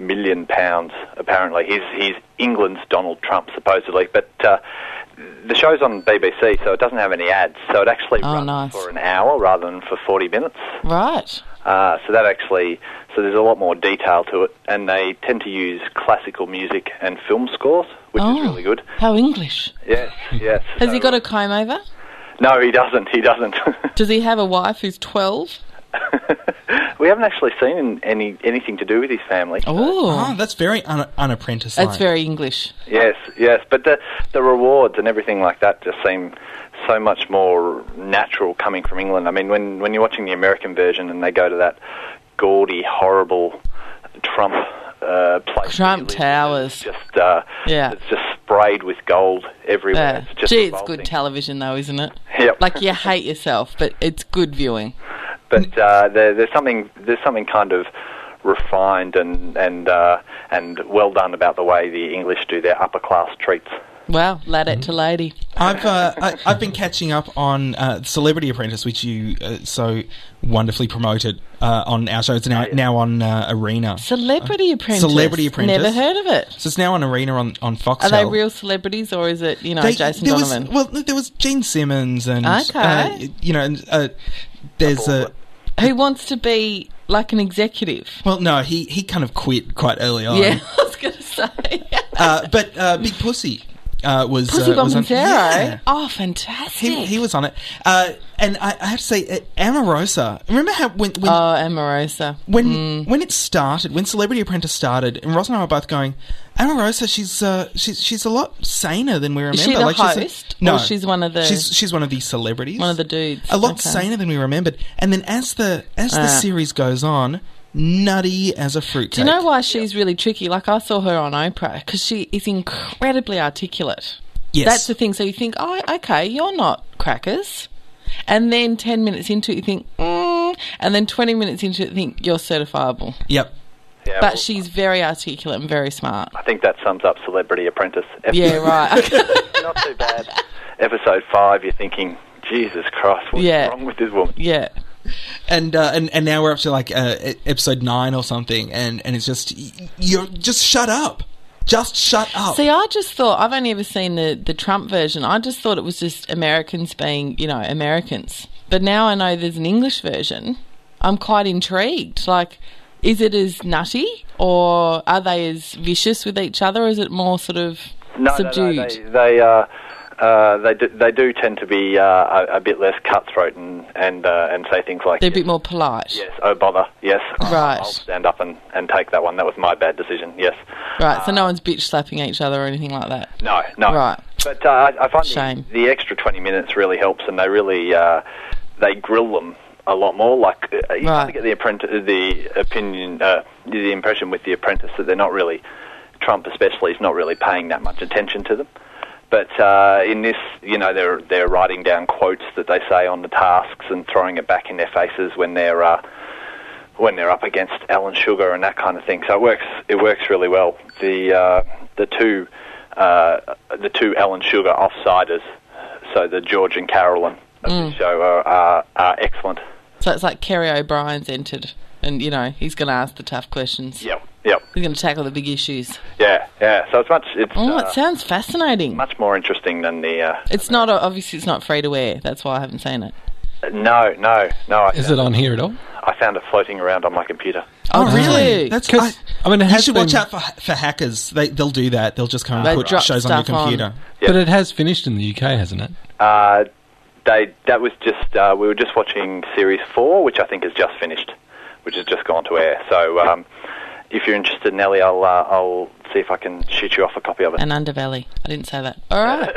million pounds apparently. He's he's England's Donald Trump supposedly, but. Uh, the show's on BBC, so it doesn't have any ads. So it actually Oh, runs nice. for an hour rather than for 40 minutes. Right. Uh, so that actually, so there's a lot more detail to it, and they tend to use classical music and film scores, which Oh. is really good. How English. Yes, yes. Has he So, got a comb over? No, he doesn't. He doesn't. Does he have a wife who's 12? we haven't actually seen any anything to do with his family. Oh, Oh. that's very un- unapprentice. That's very English. Yes, yes. But the the rewards and everything like that just seem so much more natural coming from England. I mean, when when you're watching the American version and they go to that gaudy, horrible Trump uh, place, Trump that he lives in, Towers. it's just uh, Yeah. it's just sprayed with gold everywhere. Yeah. It's just Gee, it's revolting. good television though, isn't it? Yep. Like you hate yourself, but it's good viewing. but uh, there, there's something there's something kind of refined and and uh, and well done about the way the English do their upper class treats. Wow, lad it to lady. I've uh, I, I've been catching up on uh, Celebrity Apprentice, which you uh, so wonderfully promoted uh, on our show. It's Oh, now now on uh, Arena. Celebrity Apprentice. Celebrity Apprentice. Never heard of it. So it's now on Arena on on Fox. Are they real celebrities or is it, you know, They- Jason there Donovan? Was, well, there was Gene Simmons and Okay. uh, you know, and, uh, there's a Who wants to be like an executive? well, no, he he kind of quit quite early on. Yeah, I was going to say. uh, but uh, Big Pussy uh, was Pussy uh, Bomb was on, and Pharaoh. yeah. Oh, fantastic. He, he was on it, uh, and I, I have to say, uh, Amorosa. Remember how when when, Oh, Mm. Amorosa. when, when it started, when Celebrity Apprentice started, and Ross and I were both going, Amorosa, she's uh, she's she's a lot saner than we remember. she the she's a- host, no, or she's one of the- she's she's one of the celebrities, One of the dudes. a lot Okay. saner than we remembered. And then as the as the Ah. series goes on, nutty as a fruitcake. Do you know why she's really tricky? Like, I saw her on Oprah because she is incredibly articulate. Yes. That's the thing. So you think, oh, okay, you're not crackers. And then 10 minutes into it, you think, mm. And then 20 minutes into it, you think, you're certifiable. Yep. Yeah, well, But she's very articulate and very smart. I think that sums up Celebrity Apprentice. Yeah, right. not too bad. Episode five, you're thinking, Jesus Christ, what's Yeah. wrong with this woman? yeah. and uh, and and now we're up to like uh, e- episode nine or something, and and it's just y- you're just shut up, just shut up. See, I just thought I've only ever seen the the Trump version. I just thought it was just Americans being, you know, Americans. But now I know there's an English version. I'm quite intrigued. Like, is it as nutty, or are they as vicious with each other, or is it more sort of No, subdued? no, no. They, they uh, uh, they do, they do tend to be uh, a, a bit less cutthroat and and uh, and say things like They're a bit more polite. yes, oh bother, yes, Right. I'll stand up and, and take that one. That was my bad decision. Yes, Right, so no one's bitch slapping each other or anything like that. no, no, Right. But uh, I, I find Shame. The, the extra twenty minutes really helps, and they really uh, they grill them a lot more. Like uh, you Right. kind of get the apprentice, the opinion, uh, the impression with the apprentice that they're not really Trump, especially, is not really paying that much attention to them. But uh, in this, you know, they're they're writing down quotes that they say on the tasks and throwing it back in their faces when they're uh, when they're up against Alan Sugar and that kind of thing. So it works. It works really well. The uh, the two uh, the two Alan Sugar offsiders, so the George and Carolyn of Mm. the show are, are are excellent. So it's like Kerry O'Brien's entered, and you know he's going to ask the tough questions. Yep. Yep. He's going to tackle the big issues. Yeah. Yeah. So it's much. It's Oh, uh, it sounds fascinating. much more interesting than the. Uh, It's not obviously it's not free to wear. That's why I haven't seen it. no. No. No. I, Is it on here at all? I found it floating around on my computer. Oh, That's 'Cause, I, I mean, it you has should watch been- out for for hackers. They they'll do that. They'll just come They and put drop shows on your stuff on. computer. But it has finished in the UK, hasn't it? Uh, they that was just uh, we were just watching series four, which I think is just finished, which has just gone to air. So um, if you're interested, Nelly, I'll uh, I'll see if I can shoot you off a copy of it. and Underbelly. I didn't say that. All right.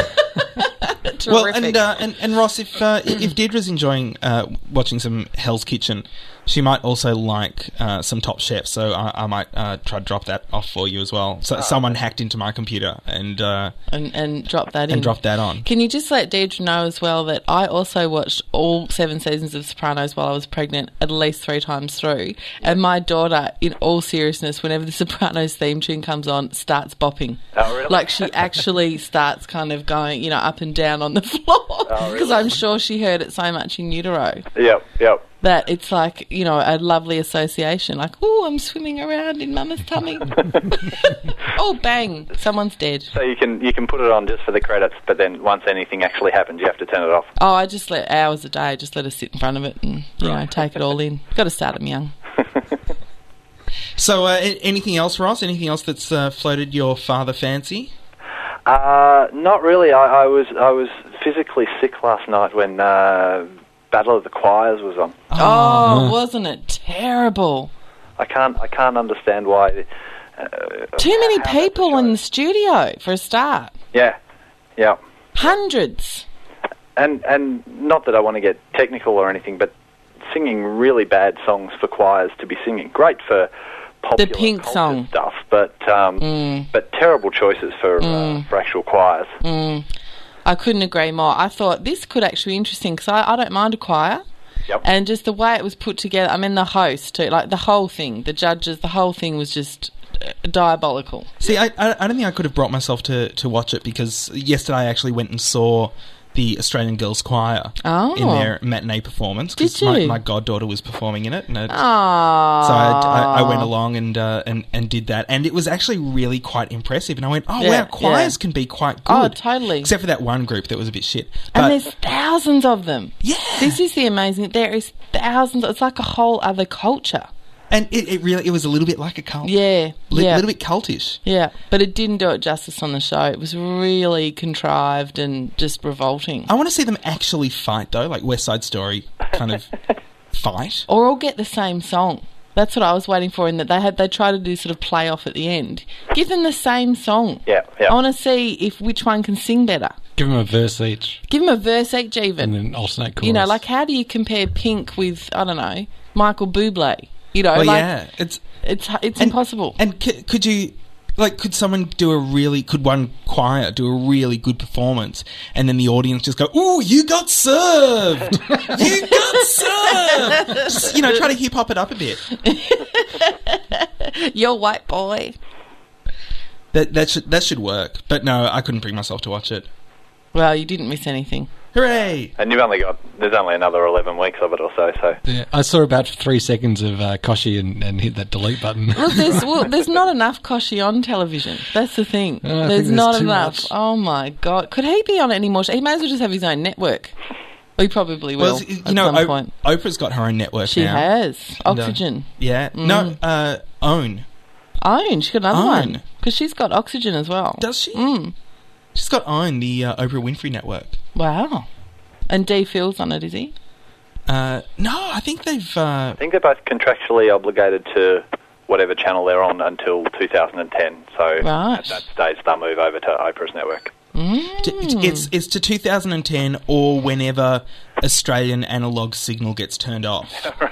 Terrific. Well, and, uh, and and Ross, if uh, i- if Deirdre's enjoying uh, watching some Hell's Kitchen, she might also like uh, some Top Chef. So I, I might uh, try to drop that off for you as well. Oh. So someone hacked into my computer and uh, and, and drop that in. and dropped that on. Can you just let Deirdre know as well that I also watched all seven seasons of Sopranos while I was pregnant at least three times through. And my daughter, in all seriousness, whenever the Sopranos theme tune comes on, starts bopping. Oh, really? Like she actually starts kind of going, you know, up and down on the floor. Oh, Because I'm sure she heard it so much in utero Yep, yep. that it's like, you know, a lovely association. Like, oh, I'm swimming around in mama's tummy. oh, bang, someone's dead. So you can you can put it on just for the credits, but then once anything actually happens, you have to turn it off. Oh, I just let hours a day, I just let her sit in front of it and, you know, take it all in. Got to start them young. So uh, a- anything else, Ross? Anything else that's uh, floated your father fancy? Uh, not really. I, I was I was physically sick last night when uh, Battle of the Choirs was on. Oh, wasn't it terrible? I can't I can't understand why. Uh, Too many how that's a people in show. the studio for a start. Yeah, yeah. Hundreds. and and not that I want to get technical or anything, but singing really bad songs for choirs to be singing, great for popular Pink culture song. Mm. stuff, but um, but terrible choices for uh, for actual choirs. I couldn't agree more. I thought this could actually be interesting because I, I don't mind a choir. Yep. And just the way it was put together, I mean, the host, too, like the whole thing, the judges, the whole thing was just uh, diabolical. See, I, I, I don't think I could have brought myself to, to watch it because yesterday I actually went and saw the Australian Girls Choir Oh. in their matinee performance Did my, you? my goddaughter was performing in it, and I, Aww. so I, I, I went along and, uh, and and did that, and it was actually really quite impressive. And I went, oh Yeah, wow, choirs yeah. can be quite good. Oh, totally. Except for that one group that was a bit shit. But, and there's thousands of them. Yeah. This is the amazing. There is thousands. It's like a whole other culture. and it, it really it was a little bit like a cult. Yeah. Li- yeah. little bit cultish. yeah. But it didn't do it justice on the show. It was really contrived and just revolting. I want to see them actually fight though, like West Side Story kind of fight. Or all get the same song. That's what I was waiting for. In that they had they try to do sort of play off at the end. Give them the same song. Yeah, yeah. I want to see if which one can sing better. Give them a verse each Give them a verse each, and even. then alternate chorus. you know, like how do you compare Pink with I don't know Michael Bublé? You know, Oh like yeah, it's it's it's And- impossible. And c- could you, like, could someone do a really, could one choir do a really good performance, and then the audience just go, "Ooh, you got served! you got served!" Just, you know, try to hip hop it up a bit. You're white boy. That that should that should work. But no, I couldn't bring myself to watch it. Well, you didn't miss anything. Hooray! And you've only got there's only another eleven weeks of it or so. So Yeah, I saw about three seconds of uh, Koshi and, and hit that delete button. Well, there's well, there's not enough Koshy on television. That's the thing. I think there's there's not too enough. much. Oh my god, could he be on it anymore? He may as well just have his own network. We probably will Well, it's- you at know, some O- point. Oprah's got her own network She now. uh, has oxygen. Mm. Yeah. No. Uh, own. Own. She's got another Own. one because she's got oxygen as well. Mm. Does she? She's got Iron, the uh, Oprah Winfrey Network. Wow. And D Phil's on it, is he? Uh, no, I think they've. Uh, I think they're both contractually obligated to whatever channel they're on until 2010. So Right. at that stage, they'll move over to Oprah's network. t- Hmm. It's it's to 2010 or whenever Australian analog signal gets turned off.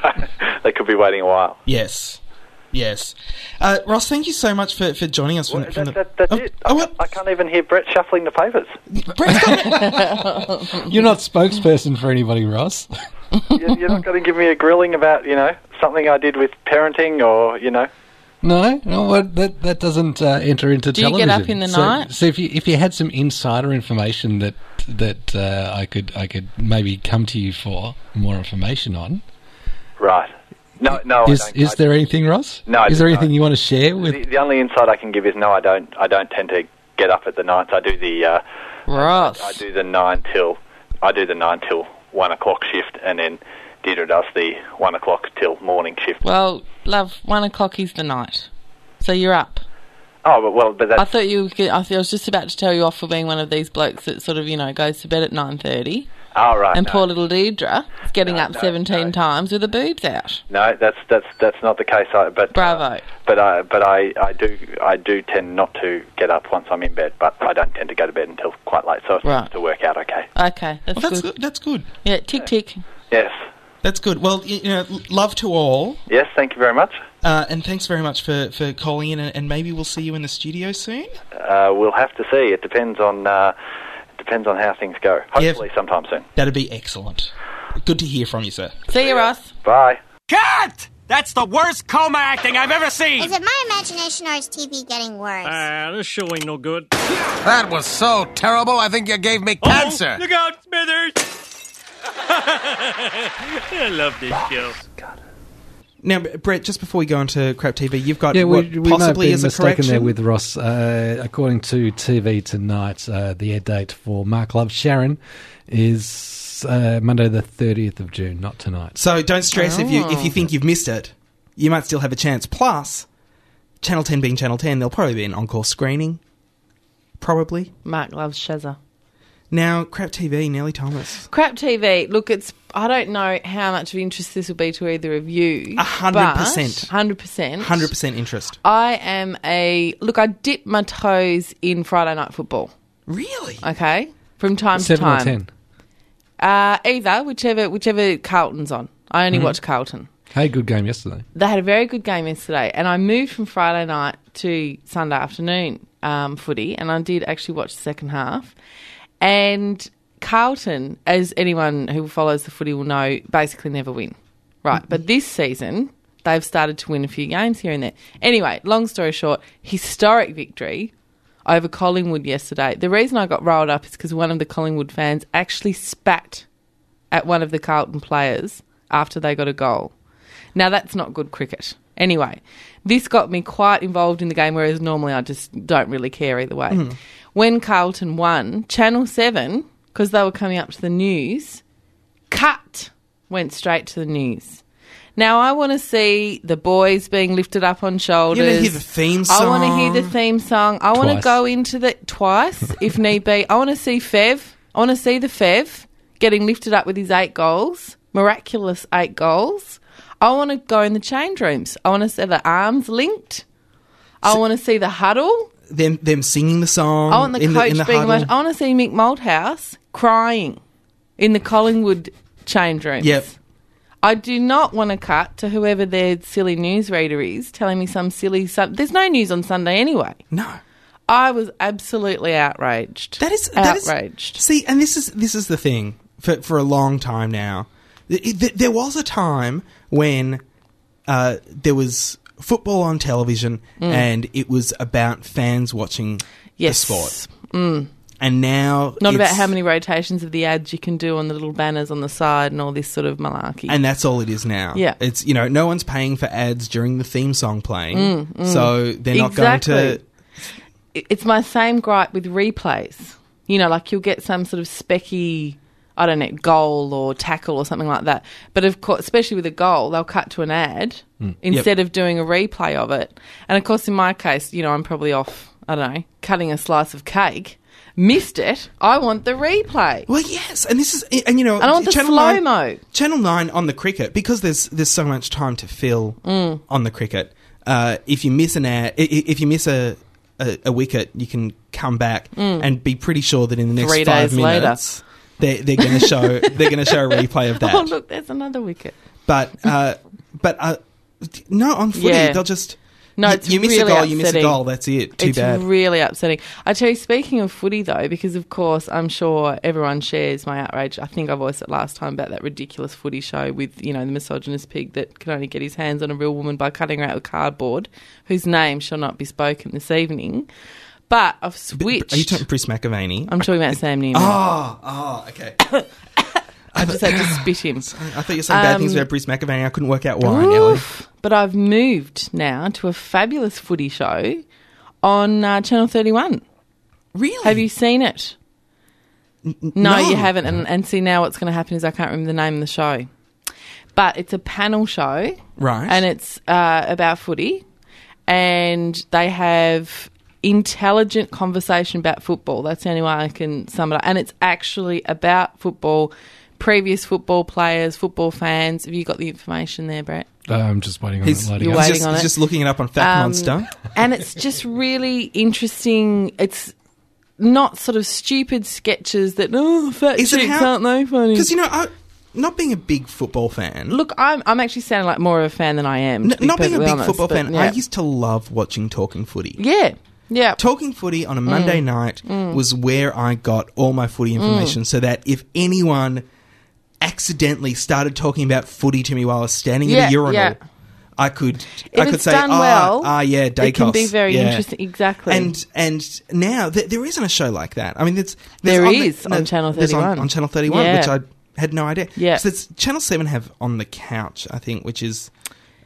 They could be waiting a while. Yes. Yes. Uh, Ross, thank you so much for, for joining us. From, Well, from that, the, that, that's oh, it. Oh, I, what? I can't even hear Brett shuffling the papers. Brett's got- You're not spokesperson for anybody, Ross. You- You're not going to give me a grilling about, you know, something I did with parenting or, you know. No, no, what- that that doesn't uh, enter into Do you television. get up in the so, night? So if you if you had some insider information that that uh, I could I could maybe come to you for more information on. Right. No, no. I Is don't- is I- there anything, Ross? No, I Is there don't. anything you want to share with? The, the only insight I can give is no. I don't. I don't tend to get up at the nights. I do the. Uh, Ross. I do the nine till. I do the nine till one o'clock shift, and then Deirdre does the one o'clock till morning shift. Well, love, one o'clock is the night. So you're up. Oh, but well, but that's I thought you. Were, I, thought, I was just about to tell you off for being one of these blokes that sort of, you know, goes to bed at nine thirty, all right. and no, poor little Deirdre is getting No, up no, seventeen no. times with her boobs out. no, that's that's that's not the case. I, but uh, Bravo. but I but I, I do I do tend not to get up once I'm in bed, but I don't tend to go to bed until quite late, so it Right. seems to work out okay. Okay, that's, well, that's good. good. That's good. Yeah, tick tick. Yes, That's good. Well, you know, love to all, yes. Thank you very much. uh, and thanks very much for, for calling in, and, and maybe we'll see you in the studio soon. Uh, we'll have to see. It depends on uh, it depends on how things go. Yeah. Hopefully, sometime soon. That'd be excellent. Good to hear from you, sir. See you, Ross. Bye. Cut! That's the worst coma acting I've ever seen! Is it my imagination or is TV getting worse? Ah, this show ain't no good. That was so terrible, I think you gave me Oh, look out, Smithers! I love this show. Now, Brett, just before we go on to crap TV, you've got Yeah, we, what we might have possibly been is a mistaken correction. there with Ross. Uh, according to TV Tonight, uh, the air date for Mark Love Sharon is uh, Monday the 30th of June, not tonight. so don't stress if you Oh. if you think you've missed it. You might still have a chance. Plus, Channel 10 being Channel 10, there'll probably be an encore screening. Probably. Mark loves Shazza. Now, crap TV, Nellie Thomas. Crap TV. Look, it's. I don't know how much of interest this will be to either of you. A hundred percent. Hundred percent. 100% interest. I am a look. I dip my toes in Friday night football. Really? Okay, from time to 7 time. or 10. Uh, either whichever whichever Carlton's on. I only watch Carlton. Hey, good game yesterday. They had a very good game yesterday, and I moved from Friday night to Sunday afternoon um, footy, and I did actually watch the second half. And Carlton, as anyone who follows the footy will know, basically never win, right? But this season. They've started to win a few games here and there. Anyway, long story short, historic victory over Collingwood yesterday. The reason I got riled up is because one of the Collingwood fans actually spat at one of the Carlton players after they got a goal. Now that's not good cricket. Anyway, this got me quite involved in the game, whereas normally I just don't really care either way. Hmm. When Carlton won, Channel 7, because they were coming up to the news, cut, went straight to the news. Now I want to see the boys being lifted up on shoulders. hear the theme I want to hear the song. theme song. I want to Twice. go into the twice if need be. I want to see Fev. I want to see the Fev getting lifted up with his eight goals, miraculous eight goals. I want to go in the change rooms. I want to see the arms linked. I want to see the huddle. them them singing the song. I want Oh, the in coach in the being huddle. emotional. I want to see Mick Malthouse crying in the Collingwood change rooms. Yep. I do not want to cut to whoever their silly newsreader is telling me some silly. Sun- There's no news on Sunday anyway. No. I was absolutely outraged. That is that is- outraged. see, and this is this is the thing for for a long time now. Th- th- there was a time when uh, there was football on television, and it was about fans watching Mm. yes, the sport. And now, Not about it's- how many rotations of the ads you can do on the little banners on the side and all this sort of malarkey. And that's all it is now. Yeah. it's you know no one's paying for ads during the theme song playing, so they're not going to. Mm, Exactly. It- it's my same gripe with replays. You know, like you'll get some sort of specky, I don't know, goal or tackle or something like that. But of course, especially with a goal, they'll cut to an ad Mm. instead of doing a replay of it. And of course, in my case, you know, I'm probably off, I don't know, cutting a slice of cake. missed it. I want the replay. Well, yes, and this is and you know, I want the Nine- slow-mo. Channel Nine on the cricket because there's there's so much time to fill Mm. on the cricket. Uh, if you miss an ad, i- i- if you miss a a, a wicket, you can come back and be pretty sure that in the next Mm. Three five days later. minutes they're they're going to show they're going to show a replay of that. Oh, look, there's another wicket. But uh, but uh, no, on footy Yeah. they'll just No, you- it's you, miss a really goal, you miss a upsetting. goal. That's it. Too it's bad. really upsetting. I tell you, speaking of footy though, because of course I'm sure everyone shares my outrage. I think I voiced it last time about that ridiculous footy show with you know the misogynist pig that can only get his hands on a real woman by cutting her out with cardboard, whose name shall not be spoken this evening. But I've switched. Are you talking Chris McAvaney? I'm talking about Sam Neiman. oh, oh, okay. I just had to spit him. I thought you were saying bad things Um, about Bruce McAvaney. I couldn't work out why, Nelly. Oof. But I've moved now to a fabulous footy show on uh, Channel 31. Really? Have you seen it? No, no. you haven't. And, and see, now what's going to happen is I can't remember the name of the show. But it's a panel show. Right. And it's uh, about footy. And they have intelligent conversation about football. That's the only way I can sum it up. And it's actually about football, previous football players, football fans. Have you got the information there, Brett? Uh, I'm just waiting on He's, it he's loading You're up. waiting just, on he's it. just looking it up on Fact Um, Monster. and it's just really interesting. It's not sort of stupid sketches that oh fat Is it chicks how- aren't they funny? Because, you know, I, not being a big football fan, mm. Look, I'm I'm actually sounding like more of a fan than I am. n- to be not being a perfectly big honest, football but fan, yeah. I used to love watching Talking Footy. yeah Mm. yeah. Talking Footy on a Monday night was where I got all my Mm. footy information so that if anyone accidentally started talking about footy to me while I was standing in Yeah, a urinal, yeah. I could If I could it's say, done ah, well, ah, yeah, Dacos. it can be very yeah. interesting. Exactly. And and now th- there isn't a show like that. I mean, it's, There on is on Channel there's on- 31. on, Channel Thirty One, Yeah. which I had no idea. Yeah. so it's Channel Seven have on the couch, I think, which is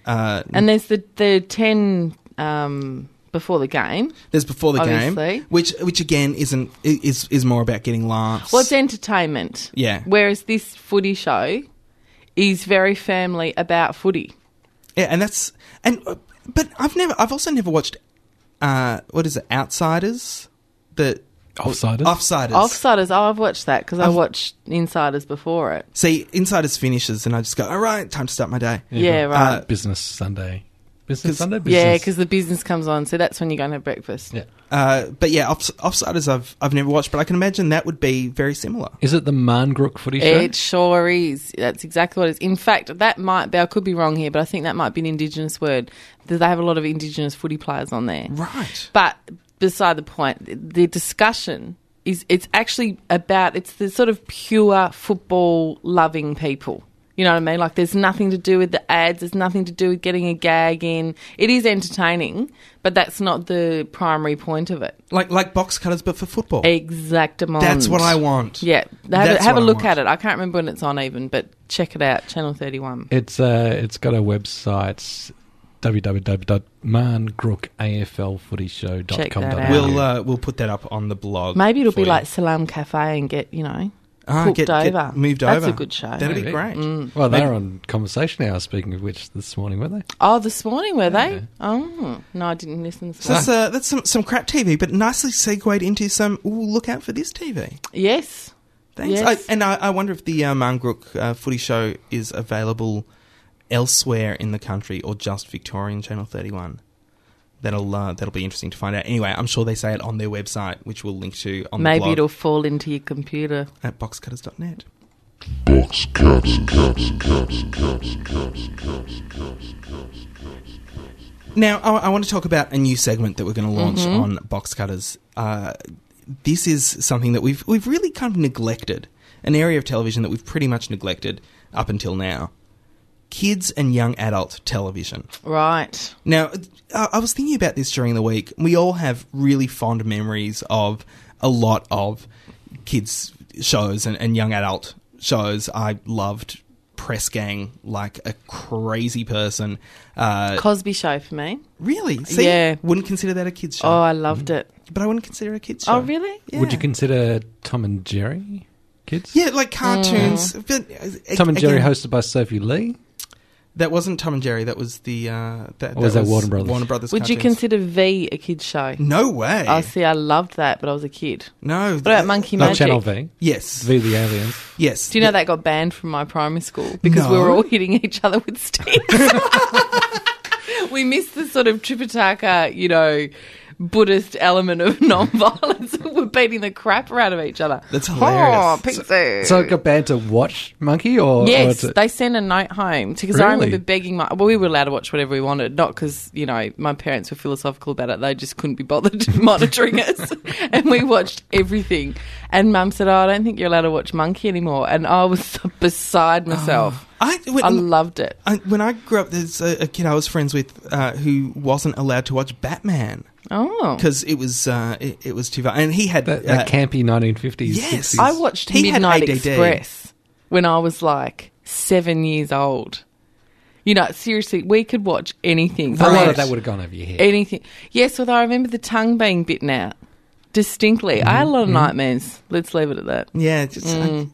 uh, and there's the the ten um, before the game. there's before the Obviously. game, which which again isn't i- is is more about getting laughs. Well, it's entertainment. Yeah. Whereas this footy show is very firmly about footy. yeah, and that's and uh, but I've never I've also never watched uh, what is it Outsiders the Offsiders? Offsiders Offsiders. Oh, I've watched that because I I've- watched Insiders before it. See, Insiders finishes, and I just go, all right, time to start my day. Yeah, right. Uh, business Sunday. Business 'Cause- Sunday? Business. Yeah, because the business comes on, so that's when you go and have breakfast. Yeah. Uh, but yeah, offs- offsiders I've I've never watched, but I can imagine that would be very similar. Is it the Mangrook footy show? It sure is. That's exactly what it is. In fact, that might be, I could be wrong here, but I think that might be an Indigenous word. They have a lot of Indigenous footy players on there. Right. But beside the point, the discussion is it's actually about it's the sort of pure football loving people. You know what I mean? Like there's nothing to do with the ads, there's nothing to do with getting a gag in. It is entertaining, but that's not the primary point of it. Like like box cutters, but for football. Exactament. That's what I want. Yeah, have, a, That's have a what I look want. at it. I can't remember when it's on even, but check it out, Channel Thirty One. It's uh, it's got a website Check that www.mangrookaflfootyshow.com.au. out. We'll uh, we'll put that up on the blog. Maybe it'll for be you. like Salam Cafe and get you know Ah, hooked get- get over, moved That's over. a good show. Mm. That'd be Maybe. great. well, they're on conversation hour. Speaking of which, this morning were they? oh, this morning were they? Oh no, I didn't listen. This So morning. that's, uh, that's some, some crap TV, but nicely segued into some. Ooh, look out for this TV. yes, Thanks. Yes. I, and I, I wonder if the uh, Mangrook uh, Footy Show is available elsewhere in the country or just Victorian Channel Thirty One. That'll uh, that'll be interesting to find out. Anyway, I'm sure they say it on their website, which we'll link to on the maybe blog it'll fall into your computer. at boxcutters.net. Box cutters, cutters, cutters, cutters, cutters, cutters, cutters, cutters. Now, I, I want to talk about a new segment that we're going to launch Mm-hmm. on Box Cutters. Uh, this is something that we've we've really kind of neglected, an area of television that we've pretty much neglected up until now. Kids and young adult television. Right. Now, I I was thinking about this during the week. We all have really fond memories of a lot of kids' shows and, and young adult shows. I loved Press Gang like a crazy person. Uh, Cosby Show for me. really? See, Yeah. Wouldn't consider that a kids' show. Oh, I loved it. but I wouldn't consider it a kids' show. Oh, really? Yeah. Would you consider Tom and Jerry kids? Mm. Yeah, like cartoons. But, uh, Tom and again- Jerry hosted by Sophie Lee. That wasn't Tom and Jerry. That was the. Uh, that, was that Warner Brothers? Warner Brothers. Would you cartoons. Mm-hmm. consider V a kid's show? No way. I see. I loved that, but I was a kid. no. What about Monkey Not Magic? Channel V. Yes. V the aliens. yes. Do you know that got banned from my primary school because we No. were all hitting each other with sticks? we missed the sort of Tripitaka, you know, Buddhist element of non-violence. we're beating the crap out of each other. That's hilarious. Oh, pizza. So it got banned to watch Monkey Oh, or Yes, or to- they sent a note home because I Really? remember begging my. Well, we were allowed to watch whatever we wanted, not because you know my parents were philosophical about it. They just couldn't be bothered monitoring us, and we watched everything. And Mum said, "Oh, I don't think you're allowed to watch Monkey anymore," and I was beside myself. I, when, I loved it. I, when I grew up, there's a, a kid I was friends with uh, who wasn't allowed to watch Batman Oh, because it was uh, it, it was too violent. And he had that, uh, that campy 1950s. yes. 60s. I watched He had Midnight ADD. Express when I was like seven years old. You know, seriously, we could watch anything. A lot Right. of that would have gone over your head. anything. Yes, although I remember the tongue being bitten out distinctly. I had a lot Mm-hmm. of nightmares. Let's leave it at that. Yeah, just, I,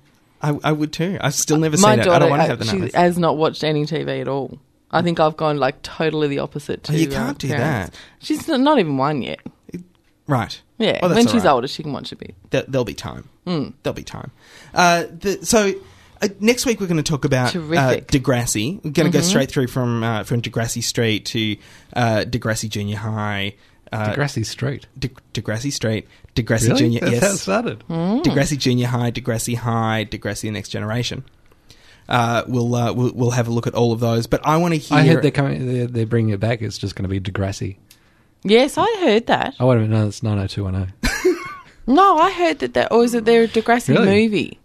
I, I would too. I've still never seen Mm. My it. I daughter don't want to uh, have the she numbers. has not watched any TV at all. I think I've gone like totally the opposite. To, Oh, you uh, can't do parents. that. She's not, not even one yet. right. Yeah, Well, that's when all she's Mm. right. older, she can watch a bit. there, there'll be time. There'll be time. Uh, the, so uh, next week we're going to talk about uh, Terrific. Mm-hmm. Degrassi. We're going to go straight through from uh, from Degrassi Street to uh, Degrassi Junior High, uh, Degrassi Street. De- Degrassi Street, Degrassi Really? Junior. That's how it yes, started. Degrassi Junior High, Degrassi High, Degrassi The Next Generation. Uh, we'll, uh, we'll we'll have a look at all of those, but I want to hear. I heard they're coming. They're, they're bringing it back. It's just going to be Degrassi. Yes, I heard that. Oh wait a minute, no, it's 90210. No, I heard that. That or is it? They're a Degrassi Really? movie.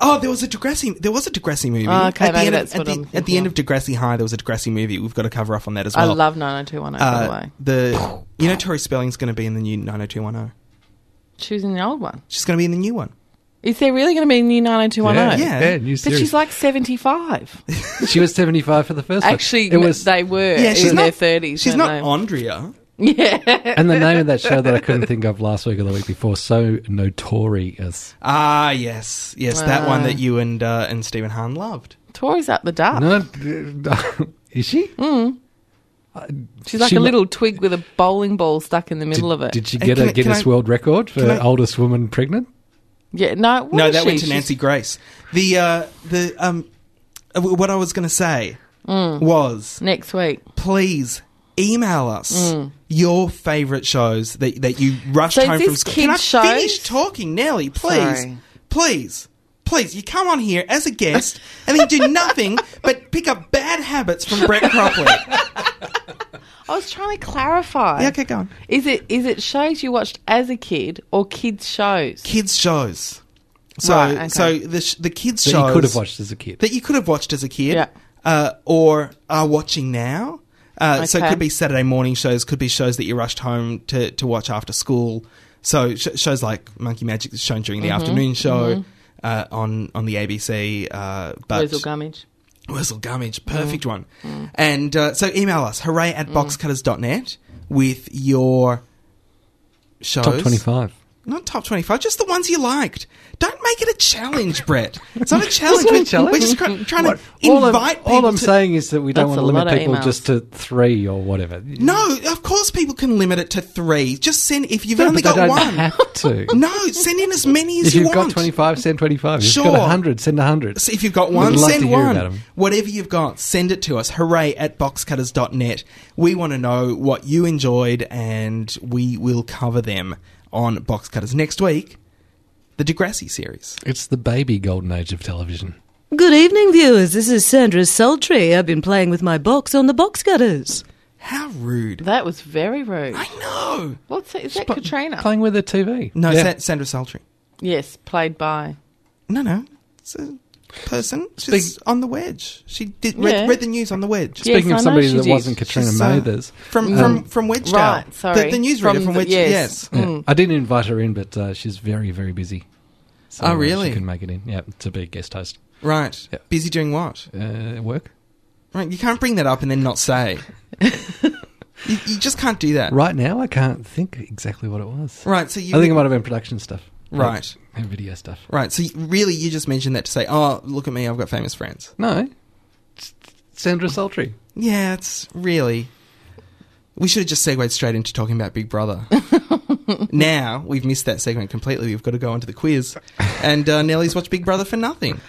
Oh, there was a Degrassi. There was a Degrassi movie. Oh, okay, at the maybe end that's of, what at I'm the, at the thinking end of Degrassi High. There was a Degrassi movie. We've got to cover off on that as well. I love 90210, oh, by the Uh, way. the you know Tori Spelling's going to be in the new 90210. Choosing the old one. She's going to be in the new one. Is there really going to be a new 90210? Yeah. yeah, new oh? But series. she's like 75. she was 75 for the first one. Actually, it was, they were in their 30s. She's weren't not Andrea. and the name of that show that I couldn't think of last week or the week before, so notorious. Ah, yes, yes, that Ah. one that you and uh, and Stephen Hahn loved. they? Tori's up the Uh, dark. No, no, is she? Mm, She's like She a mu- little twig with a bowling ball stuck in the middle of Did, it. did she Hey, get can I- a can Guinness I- World record for can I- oldest woman pregnant? yeah, no, what no, is that she? went to She's- Nancy Grace. The uh, the um, uh, w- what I was going to say Mm. was next week. please email us your favorite shows that that you rushed Mm. So is home from this school. Can I kids' shows? finish talking, Nelly? Please, Sorry. please. Please, you come on here as a guest and then do nothing but pick up bad habits from Brett Cropley. I was trying to clarify. yeah, okay, go on. Is it is it shows you watched as a kid or kids shows? Kids shows. So, Right, okay. so the sh- the kids That shows you could have watched as a kid. that you could have watched as a kid, Yeah. uh, or are watching now. Uh, So it Okay. could be Saturday morning shows, could be shows that you rushed home to, to watch after school. So sh- shows like Monkey Magic is shown during the Mm-hmm. afternoon show uh, on on the ABC. Uh, but Wurzel Gummidge. Wurzel Gummidge, Mm-hmm. perfect one. And uh, so email us hooray Mm. at boxcutters.net with your shows Top 25. not top 25, just the ones you liked. Don't make it a challenge, Brett. It's not a challenge. not a We're- challenge. We're just try- trying What- to all I'm- invite people all I'm to- saying is that we don't That's want to a lot limit of people emails. just to three or whatever. No, of course people can limit it to three. Just send, if you've Yeah, only but they got don't one. have to. No, send in as many as if you you've want. got 25, send 25. If you've Sure. got 100, send 100. So if you've got We'd one, love to send hear one. about 'em. Whatever you've got, send it to us. Hooray at boxcutters.net. We want to know what you enjoyed and we will cover them on Boxcutters next week. The Degrassi series. It's the baby golden age of television. Good evening, viewers. This is Sandra Sultry. I've been playing with my box on the box cutters. How rude. That was very rude. I know. What's that? Is that Pl- Katrina? Playing with a TV. No, Yeah. Sa- Sandra Sultry. yes, played by. No, no. It's a person. She's Speak- on the wedge. She did read, Yeah. read the news on the wedge. Yeah. Speaking Yes, of I know somebody she that did. wasn't Katrina She's, uh, Mathers, From from from Wedgedale. Right, sorry. The, the newsreader from, From the- Wedge. yes. Yes. yeah, Mm. I didn't invite her in, but uh, she's very, very busy. So, Oh, uh, really? she couldn't make it in. Yeah, to be a guest host. Right. Yeah. Busy doing what? Uh, work. Right. You can't bring that up and then not say. you, you just can't do that. Right now, I can't think exactly what it was. Right. So you. I think it might have been production stuff. Right. And video stuff. Right. So you, really, you just mentioned that to say, "Oh, look at me. I've got famous friends." No. Sandra Sultry. Yeah, it's really. We should have just segued straight into talking about Big Brother. now we've missed that segment completely. We've got to go onto the quiz, and uh, Nelly's watched Big Brother for nothing.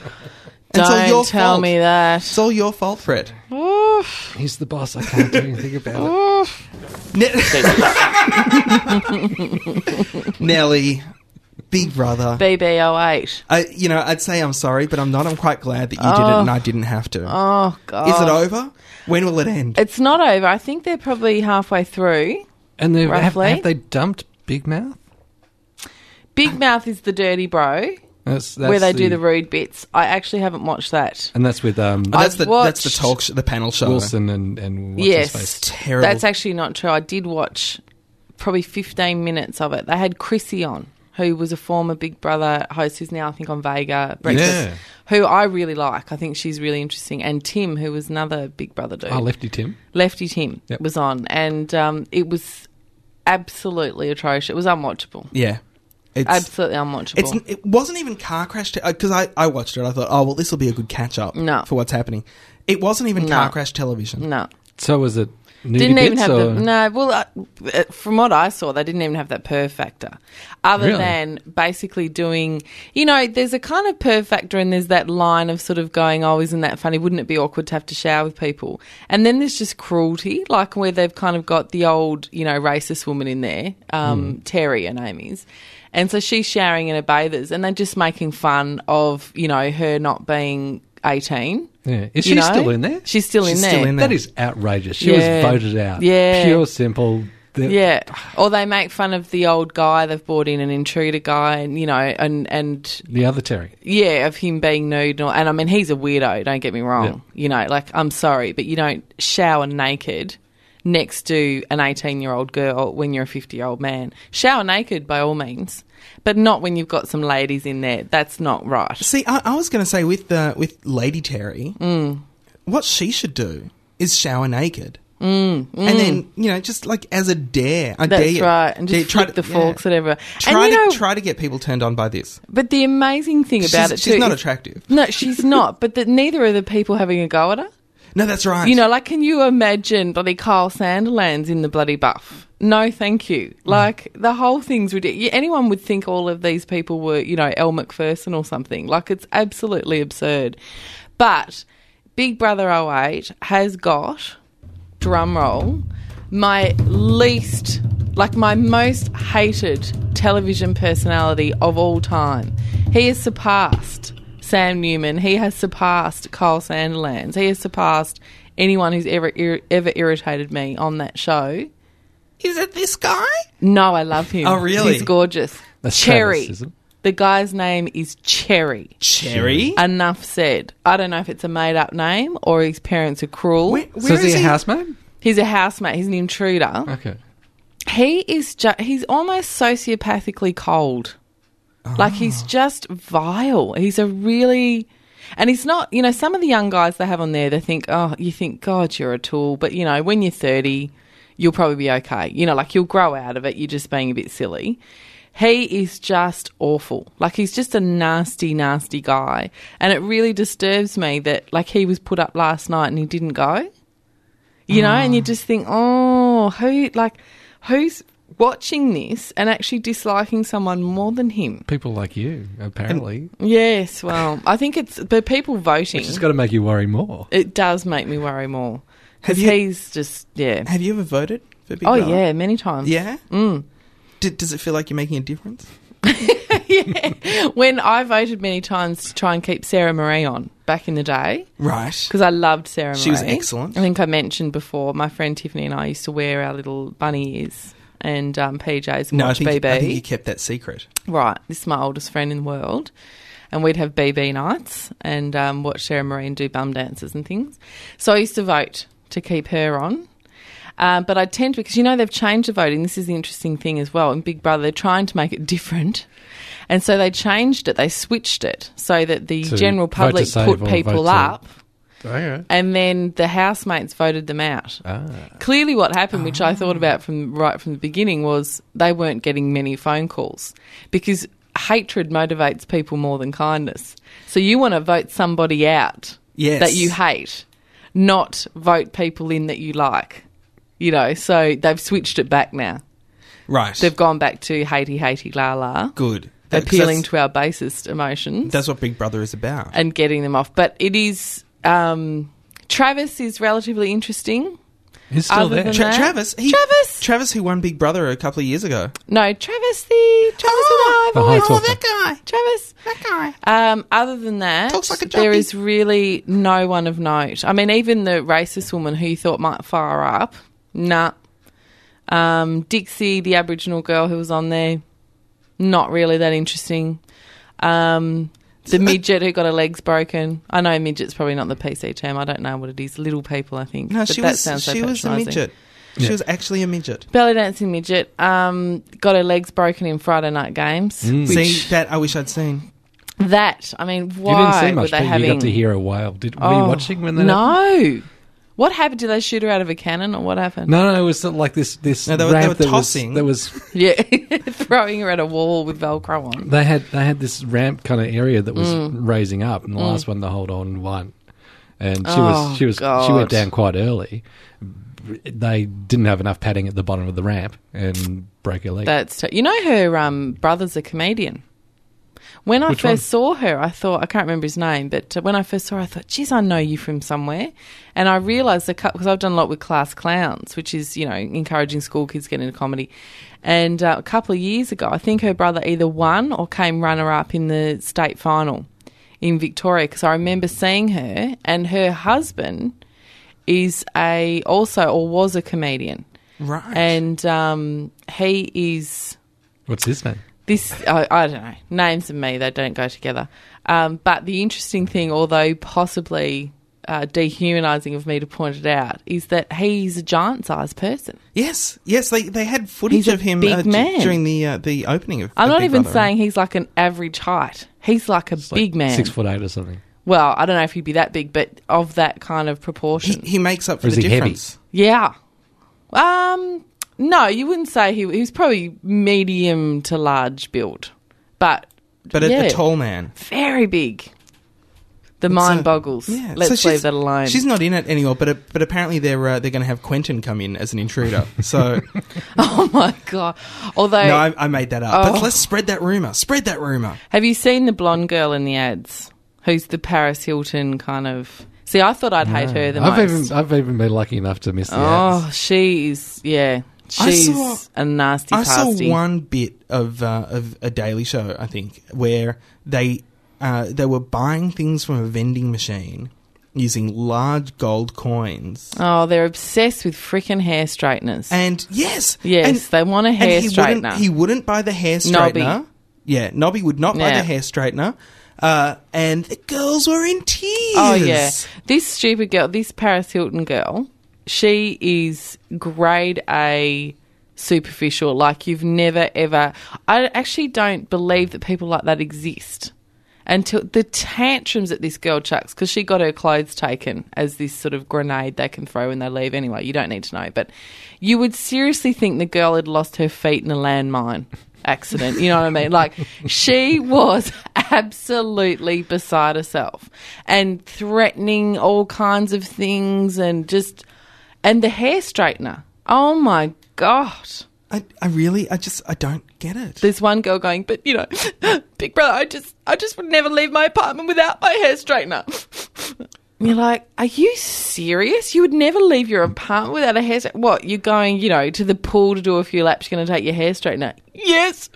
And it's all Don't your tell fault. me that. It's all your fault, Fred. Oof. He's the boss. I can't do anything about it. Nelly, Big Brother. BB08. I, you know, I'd say I'm sorry, but I'm not. I'm quite glad that you did it and I didn't have to. Oh, God. Is it over? When will it end? It's not over. I think they're probably halfway through. And they've, have, Roughly. have they dumped Big Mouth? Big Mouth is the dirty bro That's, that's where they do the rude bits. I actually haven't watched that. and that's with um, Oh, that's I've the that's the watched talk sh- the panel show. Wilson and and what's yes. his face. Terrible. That's actually not true. I did watch probably 15 minutes of it. They had Chrissy on, who was a former Big Brother host who's now, I think, on Vega Breakfast, Yeah. who I really like. I think she's really interesting. And Tim, who was another Big Brother dude. Oh, Lefty Tim. Lefty Tim Yep. was on, and um, it was absolutely atrocious. It was unwatchable. yeah. It's, Absolutely unwatchable. It's, it wasn't even car crash because I, I watched it. I thought, oh well, this will be a good catch up No. for what's happening. It wasn't even No. car crash television. no. So was it? Nudie Didn't even Bits have or- the no. Well, uh, from what I saw, they didn't even have that per factor, other Really? than basically doing. You know, there's a kind of per factor, and there's that line of sort of going, "Oh, isn't that funny? Wouldn't it be awkward to have to shower with people?" And then there's just cruelty, like where they've kind of got the old, you know, racist woman in there, Hmm. um, Terry, her name is. And so she's showering in her bathers, and they're just making fun of, you know, her not being 18. Yeah. Is you she know? still in there? She's still She's in there. still in there. That is outrageous. She Yeah. was voted out. Yeah. Pure simple. The- Yeah, or they make fun of the old guy they've brought in, an intruder guy, and you know, and and The other Terry. yeah, of him being nude. And, all, and I mean, he's a weirdo. Don't get me wrong. You know, like I'm sorry, but you don't shower naked next to an 18 year old girl when you're a 50 year old man. Shower naked by all means, but not when you've got some ladies in there. That's not right. See, I, I was going to say with uh, with Lady Terry, Mm. what she should do is shower naked. And then you know, just like as a dare, I dare Mm, That's you. right, and Dare- just flick the yeah. forks at everyone. Try and you to know, try to get people turned on by this. but the amazing thing about She's- it too, she's not is- attractive. No, she's not. But that neither are the people having a go at her. No, that's right. You know, like, can you imagine bloody Kyle Sanderlands in the bloody buff? No, thank you. Like, the whole thing's ridiculous. Anyone would think all of these people were, you know, Elle McPherson or something. Like, it's absolutely absurd. But Big Brother 08 has got, drum roll, my least, like, my most hated television personality of all time. He has surpassed Sam Newman. He has surpassed Kyle Sanderlands. He has surpassed anyone who's ever ir- ever irritated me on that show. is it this guy? No, I love him. Oh, really? He's gorgeous. That's Cherry. Travis, isn't it? the guy's name is Cherry. Cherry. Enough said. I don't know if it's a made up name or his parents are cruel. Where- So where is he is a housemaid? He's a housemate. He's an intruder. Okay. He is just, he's almost sociopathically cold. Like he's just vile. He's a really and he's not, you know, some of the young guys they have on there, they think, oh, you think, God, you're a tool. But, you know, when you're 30, you'll probably be okay. You know, like you'll grow out of it. You're just being a bit silly. He is just awful. Like he's just a nasty, nasty guy. And it really disturbs me that, like, he was put up last night and he didn't go you know, Ah. and you just think, oh, who like who's watching this and actually disliking someone more than him? People like you, apparently. Yes, well, I think it's the people voting. Which has got to make you worry more. it does make me worry more because Have you- he's just yeah. Have you ever voted for Big Oh Brother? yeah, many times. Yeah. Mm. D- does it feel like you're making a difference? When I voted many times to try and keep Sarah Marie on back in the day, Right. because I loved Sarah Marie. She was excellent. I think I mentioned before, my friend Tiffany and I used to wear our little bunny ears and um, PJs and No, I watch think, BB. I think you kept that secret. Right, this is my oldest friend in the world. And we'd have BB nights and um, watch Sarah Marie and do bum dances and things. So I used to vote to keep her on. Um, but I tend to, because you know they've changed the voting. This is the interesting thing as well. In Big Brother, they're trying to make it different. And so they changed it, they switched it so that the To general vote to public save put or vote people to- up Okay. and then the housemates voted them out. Ah. Clearly, what happened, which I thought about from right from the beginning, was they weren't getting many phone calls because hatred motivates people more than kindness. So you want to vote somebody out Yes. that you hate, not vote people in that you like. You know, so they've switched it back now. Right. They've gone back to Haiti, Haiti, la la. Good. That- 'cause Appealing that's- to our basest emotions That's what Big Brother is about. and getting them off. But it is. Um, Travis is relatively interesting. He's Other than Tra- that- Travis, he, Travis. Travis, who won Big Brother a couple of years ago. No, Travis the Travis Oh, the high Hive. talker. guy Travis. that Um, other than that, Talks like a there jockey. is really no one of note. I mean, even the racist woman who you thought might fire up, nah. Um, Dixie, the Aboriginal girl who was on there, not really that interesting. Um, the midget who got her legs broken. I know midget's probably not the PC term. I don't know what it is. Little people, I think. No, But she that was sounds so she was a patronising. midget. She was actually a midget. Belly dancing midget. Um, got her legs broken in Friday night games. Which, Mm. See that I wish I'd seen. that I mean, You why didn't see much, were they but having? you got to hear a wail. Did, were you Oh, watching when that happened? No. What happened? Did they shoot her out of a cannon or what happened? No, no, it was like this. This No, they were- they ramp were that was- tossing. that was Yeah. Throwing her at a wall with Velcro on. They had they had this ramp kind of area that was Mm. raising up, and the last one to hold on won. And she Oh, was she was she God. went down quite early. They didn't have enough padding at the bottom of the ramp and broke her leg. That's ter- you know her um, brother's a comedian. When I Which first saw her, I thought I can't remember his name, but uh, when I first saw her, I thought, "Geez, I know you from somewhere." And I realised because I've done a lot with class clowns, which is you know encouraging school kids to get into comedy. And uh, a couple of years ago, I think her brother either won or came runner up in the state final in Victoria because I remember seeing her and her husband is a also or was a comedian Right. and um, he is What's his name? this. I, I don't know names and me; they don't go together. Um, but the interesting thing, although possibly uh, dehumanising of me to point it out, is that he's a giant-sized person. yes, yes, they they had footage He's a of him big d- man. during the uh, the opening of. I'm of not Big even Brother. saying he's like an average height. He's like a big man. six foot eight or something. Well, I don't know if he'd be that big, but of that kind of he, proportion. he makes up for Or is the he heavy? difference. yeah. Um. No, you wouldn't say he. He was probably medium to large build, but But a, Yeah. a tall man. very big. The mind So- boggles. Yeah. so Let's leave she's- that alone. She's not in it anymore, but it, but apparently they're uh, they're going to have Quentin come in as an intruder. So oh my god! Although, no, I, I made that up. Oh. But let's spread that rumor. Spread that rumor. have you seen the blonde girl in the ads? Who's the Paris Hilton kind of? See, I thought I'd hate her the I've most. even I've even been lucky enough to miss the oh, ads. she is. Yeah, I she's saw- a nasty I saw pasty. one bit of uh, of a Daily Show, I think, where they uh, they were buying things from a vending machine using large gold coins. Oh, they're obsessed with freaking hair straighteners. And yes, Yes, and, they want a and hair he straightener. Wouldn't, he wouldn't buy the hair straightener. Nobby. Yeah, Nobby would not buy Yeah. the hair straightener. Uh, and the girls were in tears. Oh yeah, this stupid girl, this Paris Hilton girl, she is grade A superficial. Like you've never ever. I actually don't believe that people like that exist. Until the tantrums that this girl chucks because she got her clothes taken as this sort of grenade they can throw when they leave. Anyway, you don't need to know, but you would seriously think the girl had lost her feet in a landmine accident. You know what I mean? Like she was absolutely beside herself and threatening all kinds of things and just and the hair straightener. Oh my god. I, I really, I just, I don't get it. There's one girl going, but you know, Big Brother, I just I just would never leave my apartment without my hair straightener. And you're like, are you serious? You would never leave your apartment without a hair straightener. What? You're going, you know, to the pool to do a few laps. You're going to take your hair straightener. Yes.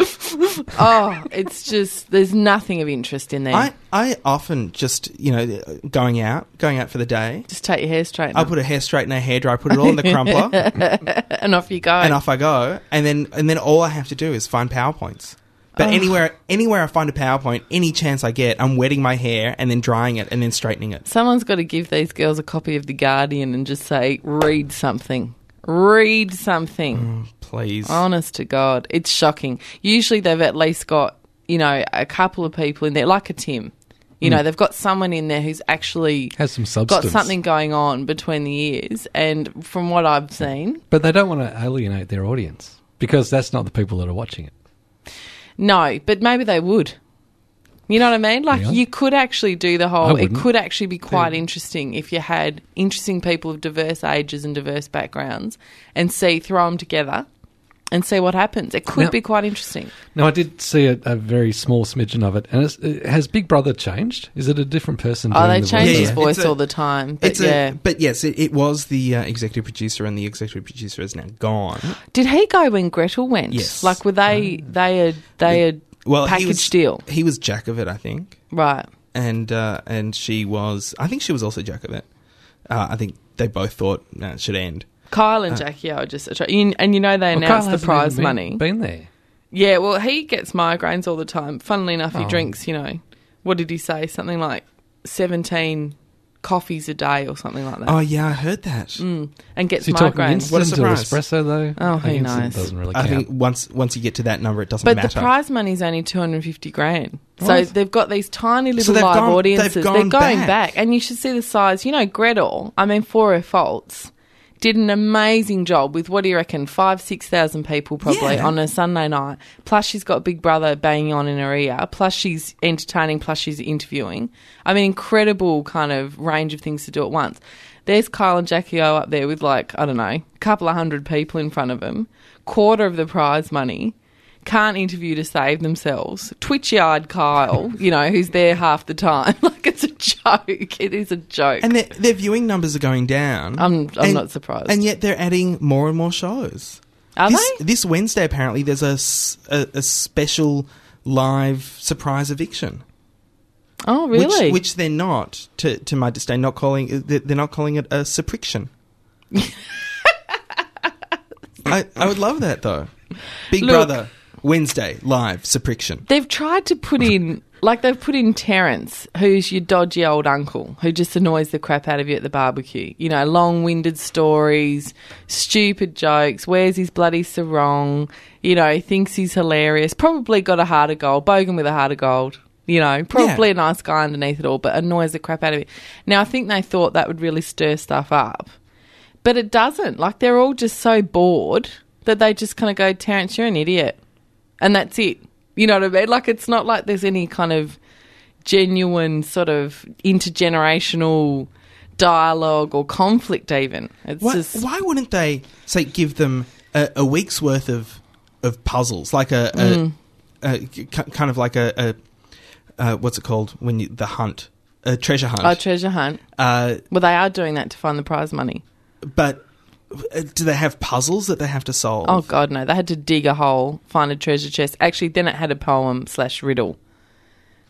oh, it's just there's nothing of interest in there. I, I often just, you know, going out, going out for the day. just take your hair straightener I put a hair straightener, hair dryer, put it all in the crumpler, and off you go. and off I go. And then, and then all I have to do is find powerpoints. But anywhere, anywhere I find a powerpoint, any chance I get, I'm wetting my hair and then drying it and then straightening it. Someone's got to give these girls a copy of the Guardian and just say, read something, read something. Mm. Please, Honest to God, it's shocking. Usually they've at least got, you know, a couple of people in there, like a Tim. You know, they've got someone in there who's actually Hmm. Has some got substance. something going on between the ears. And from what I've seen, But they don't want to alienate their audience because that's not the people that are watching it. no, but maybe they would. You know what I mean? Like Yeah. you could actually do the I whole. It wouldn't. could actually be quite interesting if you had interesting people of diverse ages and diverse backgrounds, and see throw them together, and see what happens. It could Now- be quite interesting. Now, I did see a, a very small smidgen of it. And it's, uh, has Big Brother changed? Is it a different person? Oh, doing they the change voice? his voice It's a- all the time. But it's yeah, a, but yes, it, it was the uh, executive producer, and the executive producer is now gone. did he go when Gretel went? Yes. Uh, Like were they they a they a Well, he package was, deal? He was jack of it, I think, Right. and uh, and she was. I think she was also jack of it. Uh, I think they both thought nah, it should end. Kyle Uh, and Jackie are just attra- you- and you know they Well, Kyle announced the hasn't even prize been- money. Been there. Yeah, well, he gets migraines all the time. Funnily enough, he Oh. drinks, you know, what did he say? Something like 17 coffees a day or something like that. Oh yeah, I heard that. and gets Is he talking migraines. What a instant or surprise. espresso, though? Oh, who Instant knows? doesn't really I count. think once once you get to that number, it doesn't But matter. the prize money's only 250 grand. So What? they've got these tiny So little they've live gone- they've audiences. They're gone going back. back. And you should see the size. You know, Gretel, I mean, for her faults, did an amazing job with what do you reckon? Five, 6,000 people probably Yeah. on a Sunday night. Plus, she's got Big Brother banging on in her ear. Plus, she's entertaining. Plus, she's interviewing. I mean, incredible kind of range of things to do at once. There's Kyle and Jackie O up there with like, I don't know, a couple of hundred people in front of them, quarter of the prize money can't interview to save themselves. Twitchy eyed Kyle, you know, who's there half the time. Like it's a joke. It is a joke. and their, their viewing numbers are going down. I'm- I'm And- not surprised. And yet they're adding more and more shows. Are this, they? This Wednesday, apparently, there's a, s- a- a special live surprise eviction. oh, really? Which, which they're not, to, to my disdain, not calling uh, they're they're not calling it a suppriction. I, I would love that though. Big Look. Brother Wednesday live suppriction. they've tried to put in, like, they've put in Terrence, who's your dodgy old uncle who just annoys the crap out of you at the barbecue. You know, long winded stories, stupid jokes, wears his bloody sarong, you know, thinks he's hilarious. Probably got a heart of gold, bogan with a heart of gold. You know, probably Yeah. a nice guy underneath it all, but annoys the crap out of you. Now, I think they thought that would really stir stuff up. But it doesn't. Like they're all just so bored that they just kind of go, Terrence, you're an idiot. And that's it. You know what I mean? Like it's not like there's any kind of genuine sort of intergenerational dialogue or conflict even. It's Why, just why wouldn't they say give them a, a week's worth of of puzzles, like a, a, Mm. a ki- kind of like a, a uh, what's it called when you, the hunt, a treasure hunt. our treasure hunt. uh, Well, they are doing that to find the prize money. but uh, do they have puzzles that they have to solve? Oh God, no! They had to dig a hole, find a treasure chest. Actually, then it had a poem slash riddle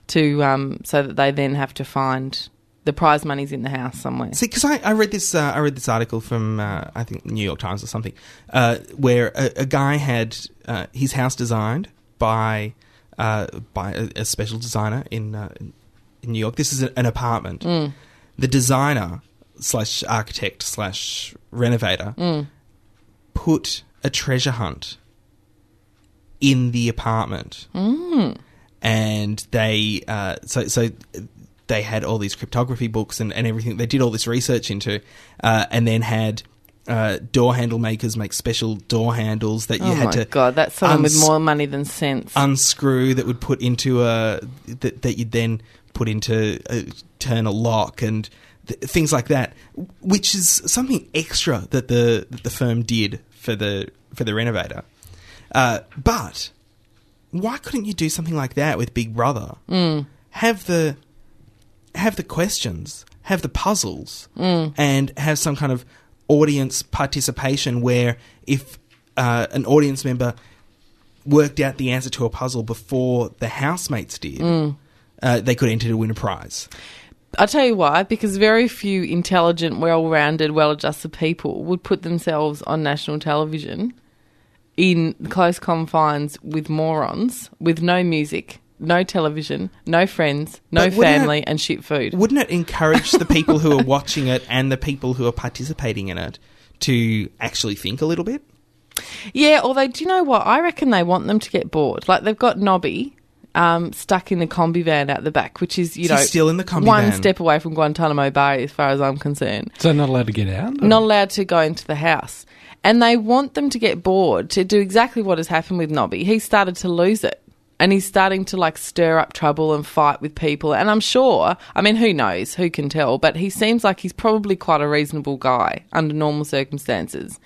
to um, so that they then have to find the prize money's in the house somewhere. See, because I, I read this, uh, I read this article from uh, I think New York Times or something, uh, where a, a guy had uh, his house designed by uh, by a, a special designer in, uh, in New York. This is a, an apartment. The designer slash architect slash renovator put a treasure hunt in the apartment Mm. and they uh, so so they had all these cryptography books and, and everything. They did all this research into, uh, and then had uh, door handle makers make special door handles that you oh had my to god, that's someone with uns- more money than sense. unscrew that would put into a that, that you'd then put into a, turn a lock and th- things like that, which is something extra that the that the firm did for the for the renovator. Uh, but why couldn't you do something like that with Big Brother? Have the have the questions, have the puzzles, and have some kind of audience participation where if uh, an audience member worked out the answer to a puzzle before the housemates did, Mm. uh, they could enter to win a prize. I'll tell you why, because very few intelligent, well rounded, well adjusted people would put themselves on national television in close confines with morons, with no music, no television, no friends, no But wouldn't family, it- and shit food. Wouldn't it encourage the people who are watching it and the people who are participating in it to actually think a little bit? Yeah, although do you know what? I reckon they want them to get bored. Like they've got Nobby um, stuck in the combi van out the back, which is you So know he's still in the combi one van. step away from Guantanamo Bay, as far as I'm concerned. So not allowed to get out? Not allowed to go into the house, and they want them to get bored to do exactly what has happened with Nobby. He started to lose it. and he's starting to like stir up trouble and fight with people. And I'm sure, I mean, who knows? Who can tell? But he seems like he's probably quite a reasonable guy under normal circumstances.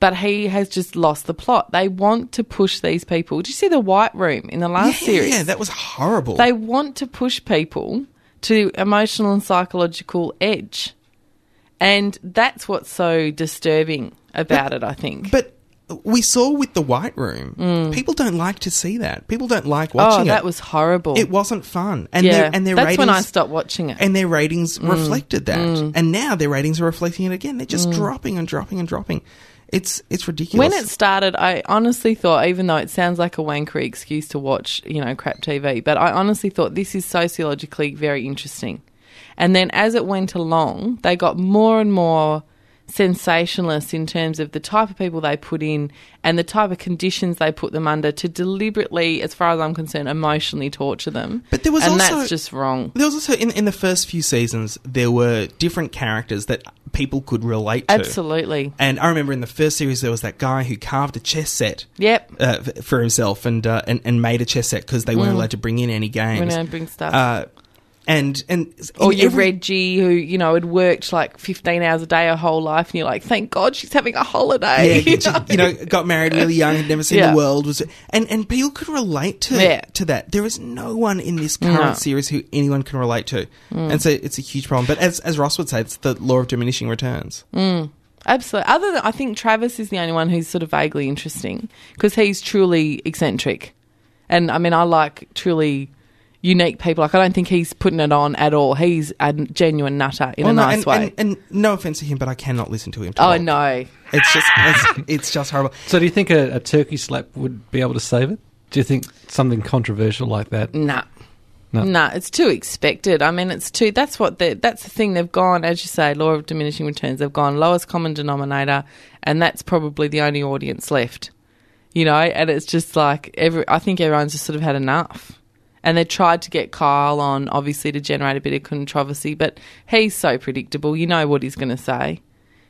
But he has just lost the plot. They want to push these people. Did you see the White Room in the last series? Yeah, that was horrible. Ah, They want to push people to emotional and psychological edge. And that's what's so disturbing about it, I think. but we saw with the White Room, people don't like to see that. People don't like Mm. watching oh, it. that was horrible. It wasn't fun, and yeah, their and their that's ratings when I stopped Mm. watching it. and their ratings reflected that. And now their ratings are reflecting it again. They're just dropping and dropping and dropping. It's it's ridiculous. Mm. when it started, I honestly thought, even though it sounds like a wankery excuse to watch, you know, crap TV, but I honestly thought this is sociologically very interesting. And then as it went along, they got more and more sensationalist in terms of the type of people they put in and the type of conditions they put them under to deliberately, as far as I'm concerned, emotionally torture them. But there was and also- that's just wrong. there was also in in the first few seasons there were different characters that people could relate to. Absolutely. And I remember in the first series there was that guy who carved a chess set. Yep. Uh, f- for himself and, uh, and and made a chess set because they weren't allowed to bring in any games. allowed to Mm. bring stuff. Uh, and and Or in your every- Reggie, who you know had worked like fifteen hours a day her whole life, and you're like, "Thank God she's having a Yeah, holiday." you know, got married really young, had never seen Yeah. the world, was and and people could relate to Yeah. to that. There is no one in this current No. Mm. series who anyone can relate to, and so it's a huge problem. But as as Ross would say, it's the law of diminishing returns. Absolutely. Other than I think Travis is the only one who's sort of vaguely interesting because he's truly eccentric, and I mean I like truly unique people. Like I don't think he's putting it on at all. He's a genuine nutter in a Well, no, nice and, way. And, and no offense to him, but I cannot listen to him. Talk. oh no, it's just it's, it's just horrible. So, do you think a, a turkey slap would be able to save it? Do you think something controversial like that? No. Nah. No. Nah, it's too expected. I mean, it's too. That's what the. That's the thing. They've gone, as you say, law of diminishing returns. They've gone lowest common denominator, and that's probably the only audience left. You know, and it's just like every. I think everyone's just sort of had enough, and they tried to get Kyle on, obviously, to generate a bit of controversy. But he's so predictable. You know what he's going to say.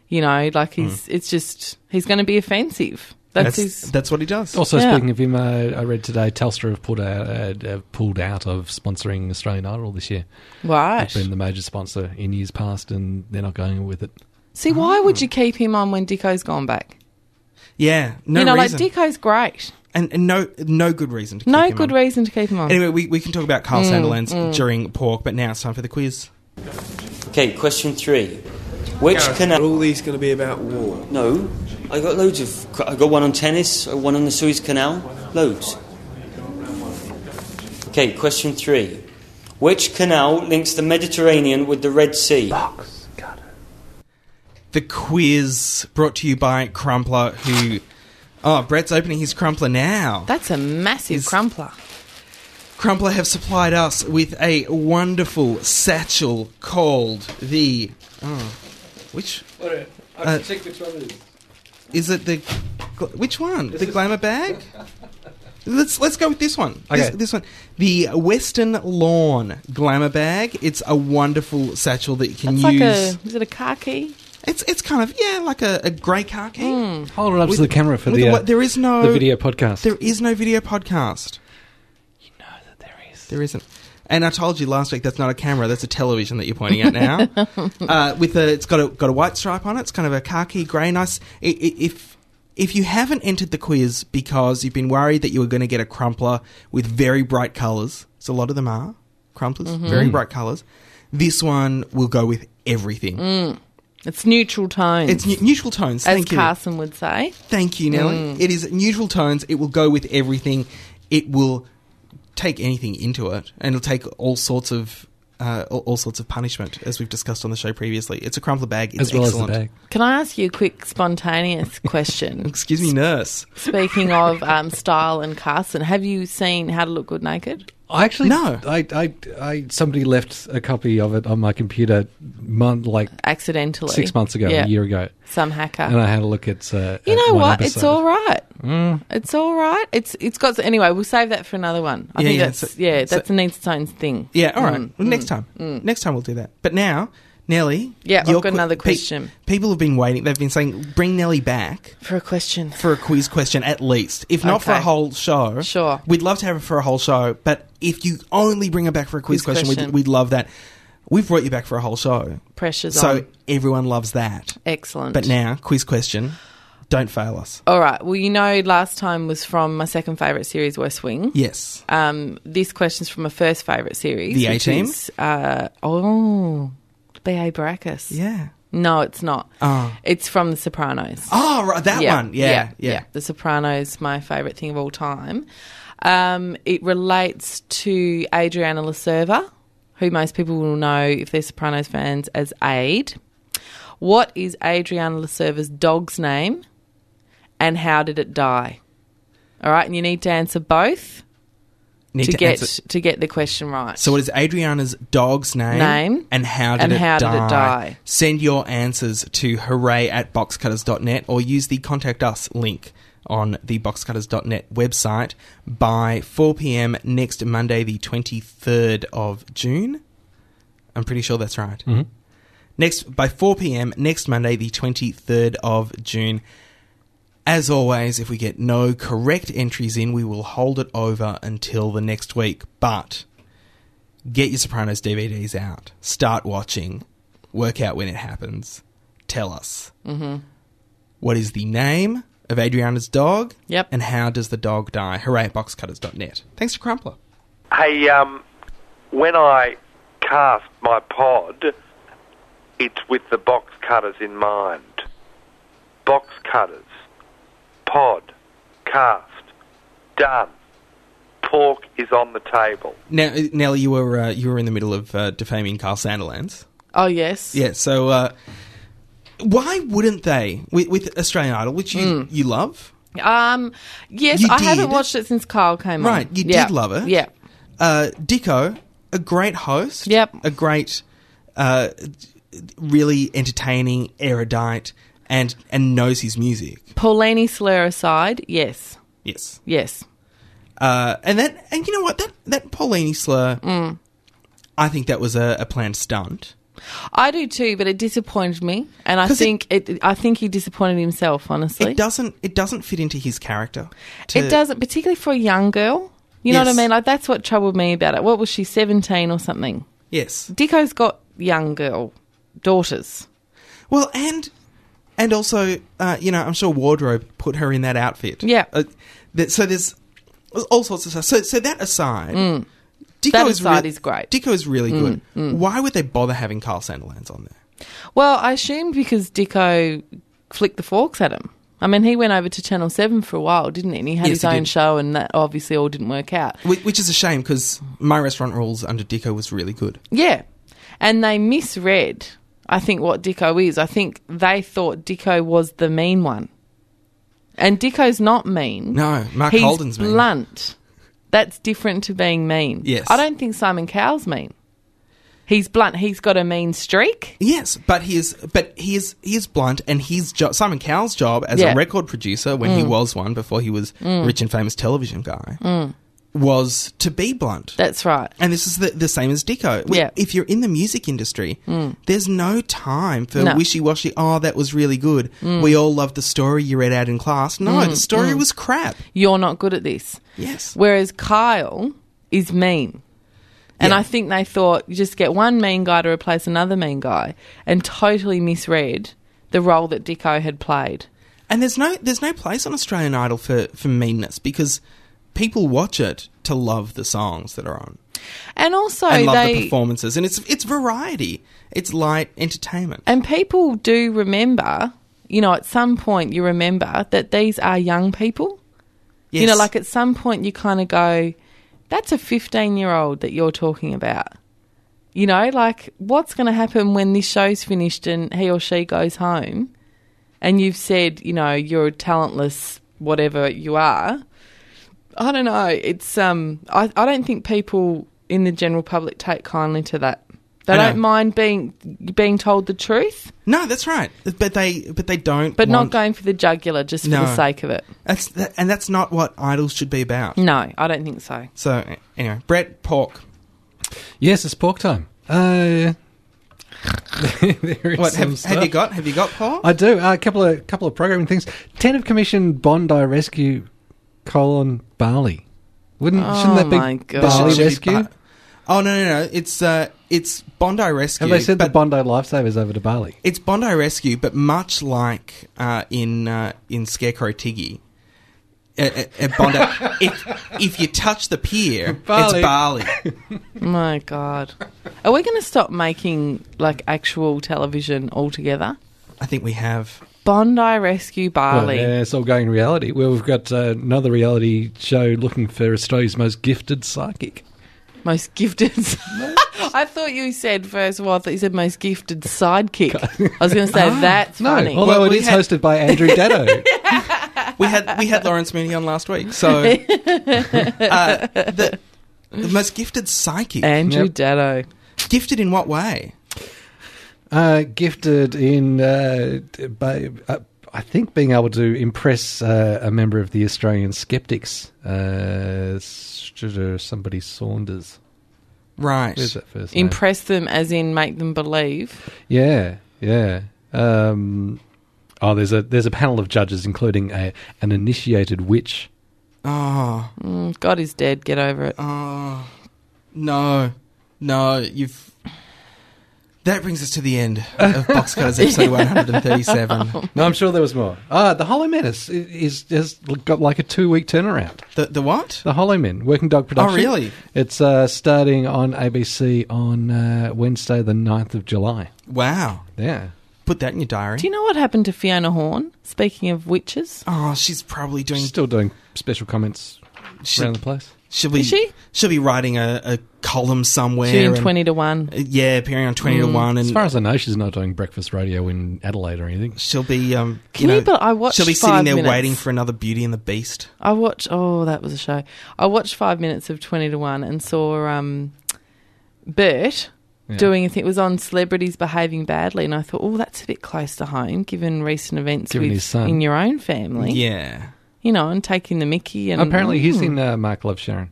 You know, like he's. It's just he's going to be offensive. That's, That's his. that's what he does. Also, Yeah. speaking of him, uh, I read today Telstra have pulled out, uh, have pulled out of sponsoring Australian Idol this year. right. They've been the major sponsor in years past, and they're not going with it. See, why would you keep him on when Dicko's gone back? yeah, no you know, reason, like Dicko's great. and, and no no good reason. To keep No him good Mm, on. reason to keep him on. Anyway, we, we can talk about Carl Sanderlands during pork, but now it's time for the quiz. Okay, question three. Which canal? all these going to be about war? No, I got loads of. I got one on tennis, uh, one on the Suez Canal, loads. Okay, question three. Which canal links the Mediterranean with the Red Sea? The quiz brought to you by Crumpler, who. Oh, Brett's opening his Crumpler now. That's a massive Is- crumpler. Crumpler have supplied us with a wonderful satchel called the. Oh, which I can Uh, check which one it is. is it? The gl- which one? the glamour bag. Let's let's go with this one. This, Okay. this one, the Western Lawn Glamour Bag. It's a wonderful satchel that you can It's like use. a is it a car key? It's it's kind of yeah, like a, a grey car key. Hmm. Hold it up With- to the camera for with the, a uh, wa- there is no the video podcast. There is no video podcast. no, that there is. There isn't. And I told you last week that's not a camera, that's a television that you're pointing at now. uh, with a, it's got a got a white stripe on it. It's kind of a khaki grey. Nice. I- I- If if you haven't entered the quiz because you've been worried that you were going to get a crumpler with very bright colours, so a lot of them are crumplers, very bright colours. This one will go with everything. It's neutral tones. It's neu- neutral tones. as Thank you. Carson would say. Thank you, Nellie. Mm. It is neutral tones. It will go with everything. It will take anything into it, and it'll take all sorts of uh, all, all sorts of punishment, as we've discussed on the show previously. It's a crumpler bag. It's As well excellent. as the bag. Can I ask you a quick spontaneous question? Excuse me, nurse. Speaking of um, style and Carson, have you seen How to Look Good Naked? I actually No. I, I, I somebody left a copy of it on my computer, month like Accidentally, six months ago, Yeah. a year ago, Some hacker. and I had a look at. Uh, You at know one what? It's episode. all right. Mm. It's all right. It's it's got anyway. We'll save that for another one. I Yeah, think yeah, that's so- yeah. so- That's an Einstein's thing. Yeah, all right. Mm, well, next time, next time we'll do that. But now, Nelly. Yeah, I've your got que- another pe- question. people have been waiting. They've been saying, bring Nelly back for a question. for a quiz question at least, if not for a Okay. whole show. Sure, we'd love to have her for a whole show. But if you only bring her back for a quiz, Quiz question, question. We'd, we'd love that. We've brought you back for a whole show. Pressure's so on. everyone loves that. Excellent. But now, quiz question. Don't fail us. All right. Well, you know, last time was from my second favourite series, West Wing. Yes. Um, this question's from my first favourite series. The which A-Team? is, Uh, oh, B.A. Baracus. Yeah. No, it's not. Oh. It's from The Sopranos. Oh, right, that one. Yeah, yeah. The Sopranos, my favourite thing of all time. Um, it relates to Adriana Laserva, who most people will know if they're Sopranos fans as Aid. What is Adriana Laserva's dog's name and how did it die? All right, and you need to answer both Need to, to get answer- to get the question right. So, what is Adriana's dog's name? Name. And how did, And it, how did die? it die? Send your answers to hooray at boxcutters.net or use the contact us link on the boxcutters.net website by 4 p.m. next Monday, the 23rd of June. I'm pretty sure that's right. Mhm. Next, by 4 p.m. next Monday, the 23rd of June. As always, if we get no correct entries in, we will hold it over until the next week. But get your Sopranos DVDs out, start watching, work out when it happens, tell us Mhm. what is the name of Adriana's dog? Yep. And how does the dog die? Hooray at boxcutters.net. Thanks to Crumpler. Hey, um, when I cast my pod, it's with the box cutters in mind. Box cutters, pod, cast, done. Pork is on the table. Now, Nelly, you were uh, you were in the middle of uh, defaming Carl Sanderlands. Oh, yes. Yeah. So, uh, why wouldn't they with, with Australian Idol, which you you love? Um, yes, You I did. haven't watched it since Kyle came on. Right, you Yeah. did love it. Yeah. Uh, Dico, a great host. Yep. A great, uh, really entertaining, erudite, and and knows his music. Paulini slur aside, yes. Yes. Yes. Uh, and that and you know what that that Paulini slur, Mm. I think that was a, a planned stunt. I do too, but it disappointed me, and I 'Cause it- think it, I think he disappointed himself. Honestly, It doesn't it doesn't fit into his character. to- It doesn't, particularly for a young girl. You know what I Yes. mean? Like that's what troubled me about it. What was she, seventeen or something? Yes. Dicko's got young girl daughters. Well, and and also, uh, you know, I'm sure wardrobe put her in that outfit. Yeah. Uh, th- so there's all sorts of stuff. So so that aside, Mm. Dicko That is aside rea- is great. Dicko is really Mm, good. Why would they bother having Carl Sanderlands on there? Well, I assumed because Dicko flicked the forks at him. I mean, he went over to Channel Seven for a while, didn't he? And he had Yes, his he own did. show, and that obviously all didn't work out. Which, which is a shame because my restaurant rules under Dicko was really good. Yeah. And they misread, I think, what Dicko is. I think they thought Dicko was the mean one. And Dicko's not mean. No, Mark He's Holden's mean. blunt. That's different to being mean. Yes. I don't think Simon Cowell's mean. He's blunt. He's got a mean streak. Yes, but he is, but he is, he is blunt, and his jo- Simon Cowell's job as Yeah. a record producer when he Mm. was one before he was Mm. rich and famous television guy Mm. was to be blunt. That's right. And this is the, the same as Dico. We- Yeah. If you're in the music industry, Mm. there's no time for No. wishy washy. Oh, that was really good. Mm. We all loved the story you read out in class. No, Mm, the story mm. was crap. You're not good at this. Yes. Whereas Kyle is mean. And I think they thought you just get one mean guy to replace another mean guy and totally misread the role that Dicko had played. And there's no there's no place on Australian Idol for, for meanness because people watch it to love the songs that are on And also and love Oh, they the performances and it's it's variety. It's light entertainment. and people do remember, you know, at some point you remember that these are young people. You know, Yes. like at some point you kind of go, that's a 15 year old that you're talking about. You know, like what's going to happen when this show's finished and he or she goes home and you've said, you know, you're a talentless whatever you are. I don't know. It's um I, I don't think people in the general public take kindly to that. They I know. don't mind being being told the truth, No, that's right. But they but they don't but want- not going for the jugular just for No. the sake of it. That's that, and that's not what idols should be about. No, I don't think so. So anyway, Brett Pork. Yes, it's pork time. Uh, there is What some have, have stuff. you got? Have you got Paul? I do uh, a couple of couple of programming things. Ten of Commission Bondi Rescue colon Bali. Wouldn't shouldn't Oh that be Bali Should- should be Rescue? Ba- oh no, no, no! It's uh, it's Bondi Rescue. have they sent the but Bondi Lifesavers over to Bali? it's Bondi Rescue, but much like uh, in uh, in Scarecrow Tiggy. At, at Bondi, if, if you touch the pier, Barley. it's barley. My God. Are we going to stop making like actual television altogether? I think we have. Bondi Rescue Barley. Well, yeah, it's all going reality. Well, we've got uh, another reality show looking for Australia's most gifted psychic. Most gifted. I thought you said first of all, I thought you said most gifted sidekick. I was going to say that's Ah, No, funny. although it is hosted by Andrew Datto. We had we had Lawrence Mooney on last week, so uh, the, the most gifted psychic, Eh. Andrew Datto. Gifted in what way? uh, gifted in, uh, by, uh, I think, being able to impress uh, a member of the Australian Skeptics, uh, s- somebody Saunders. Right. Where's that first name? Impress them as in make them believe. Yeah, yeah. Um, oh, there's a there's a panel of judges, including a, an initiated witch. Oh. Mm, God is dead. Get over it. Oh. No, no, you've. That brings us to the end of Box Cutters episode 137. No, I'm sure there was more. Ah, the Hollow Menace i- is has got like a two week turnaround. The the what? The Hollow Men, Working Dog Production. really? It's uh, starting on ABC on uh, Wednesday, the 9th of July. Wow. Yeah. Put that in your diary. Do you know what happened to Fiona Horn? Speaking of witches, Oh, she's probably doing. Still doing special comments She- around the place. She'll be, Is she? will be writing a, a column somewhere. she in and- twenty to one. Yeah, appearing on 20 to Mm. 1. As And far as I know, she's not doing breakfast radio in Adelaide or anything. she'll be. Um, Can you bel- I watched She'll be five sitting there minutes. waiting for another Beauty and the Beast. I watched. Oh, that was a show. I watched five minutes of Twenty to One and saw um, Bert Yeah. doing a thing. It was on celebrities behaving badly, and I thought, oh, that's a bit close to home, given recent events Given his with, son. in your own family. Yeah. you know, and taking the Mickey. And Apparently, he's Mm. in uh, Mark Love Sharon.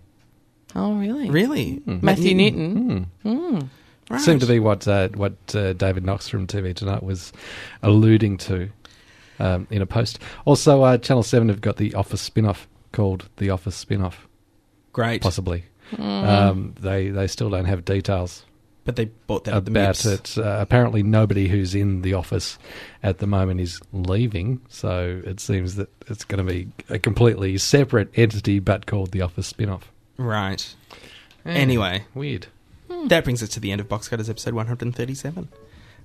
Oh, really? Really? Matthew Newton. Mm. Right. Seemed to be what uh, what uh, David Knox from TV Tonight was alluding to um, in a post. Also, uh, Channel Seven have got the Office spin-off called The Office Spin-off, Great. possibly. Um, they they still don't have details But they bought that at the about Mips. it. Uh, apparently, nobody who's in the office at the moment is leaving, so it seems that it's going to be a completely separate entity, but called The Office Spin-off. Right. Mm. Anyway. Weird. That brings us to the end of Box Cutters episode 137.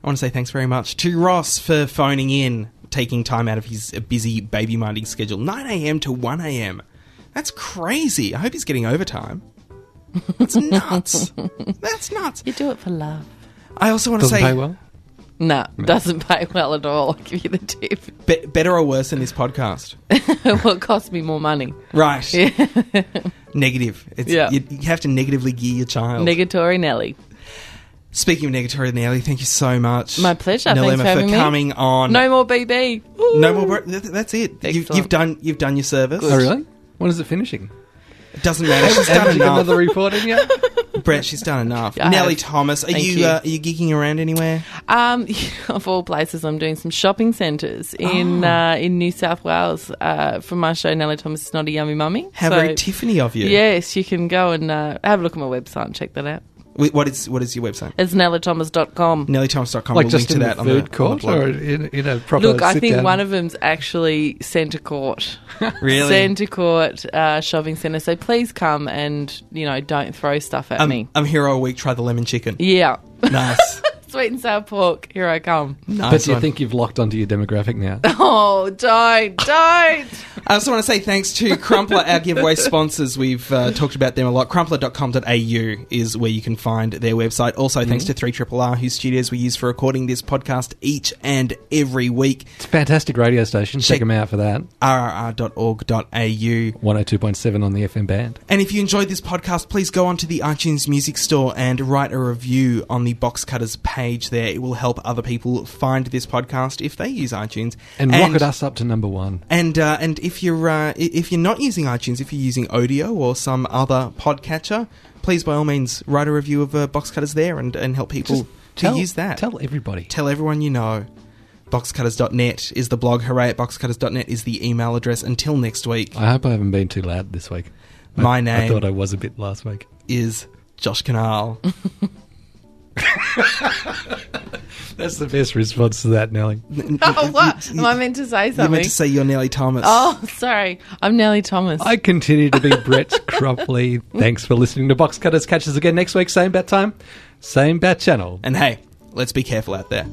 I want to say thanks very much to Ross for phoning in, taking time out of his busy baby minding schedule, 9 a.m. to 1 a.m. That's crazy. I hope he's getting overtime. That's nuts. That's nuts. You do it for love. I also want to Doesn't say pay well. No, doesn't pay well at all. I'll give you the tip. be- better or worse than this podcast. well, it cost me more money. Right. Negative. It's, Yeah. you, you have to negatively gear your child. Negatory Nelly. Speaking of negatory, Nelly, thank you so much. My pleasure. Nalima, Thanks for having me. coming on. No more BB. No more. bro- th- That's it. You, Excellent. you've done. You've done your service. Oh, really? When is it finishing? It doesn't matter. She's Haven't done you got enough. another report in yet? Brett, she's done enough. I Nellie have. Thomas, are Thank you, you. Uh, are you gigging around anywhere? Um, of all places, I'm doing some shopping centres in uh, in New South Wales uh, for my show. Nellie Thomas is not a yummy mummy. How So, very Tiffany of you. Yes, you can go and uh, have a look at my website and check that out. Wait, What is what is your website? It's nellathomas.com. NellieThomas.com. like we'll just link in the to that on the, food on the court or blog. in, in a proper Look, I sit think down? one of them's actually Centre Court. Really? Centre Court uh, Shopping Centre. So please come and, you know, don't throw stuff at me. I'm, I'm here all week. Try the lemon chicken. Yeah. Nice. Sweet and sour pork. Here I come. nice But do you one. think you've locked onto your demographic now? Oh, don't, don't. I also want to say thanks to Crumpler, our giveaway sponsors. We've uh, talked about them a lot. Crumpler.com.au is where you can find their website. Also, thanks Mm-hmm. to 3RRR, whose studios we use for recording this podcast each and every week. It's a fantastic radio station. Check, Check- them out for that. rrr.org.au. 102.7 on the FM band. And if you enjoyed this podcast, please go onto the iTunes Music Store and write a review on the Box Cutters page there. It will help other people find this podcast if they use iTunes. And, rocket us up to number one. And uh, and if you're uh, i- if you're not using iTunes, if you're using Odeo or some other podcatcher, please by all means write a review of uh, Box Cutters there and, and help people to use that. Tell everybody. Tell everyone you know. Boxcutters.net is the blog. Hooray at boxcutters.net is the email address. Until next week, I hope I haven't been too loud this week. I- My I name- thought I was a bit last week. is Josh Canal. That's the best response to that, Nelly. Oh, what? Am I meant to say You something? meant to say you're Nellie Thomas. Oh, sorry. I'm Nellie Thomas. I continue to be Brett Cropley. Thanks for listening to Box Cutters. Catch us again next week, same bat time, same bat channel. And hey, let's be careful out there.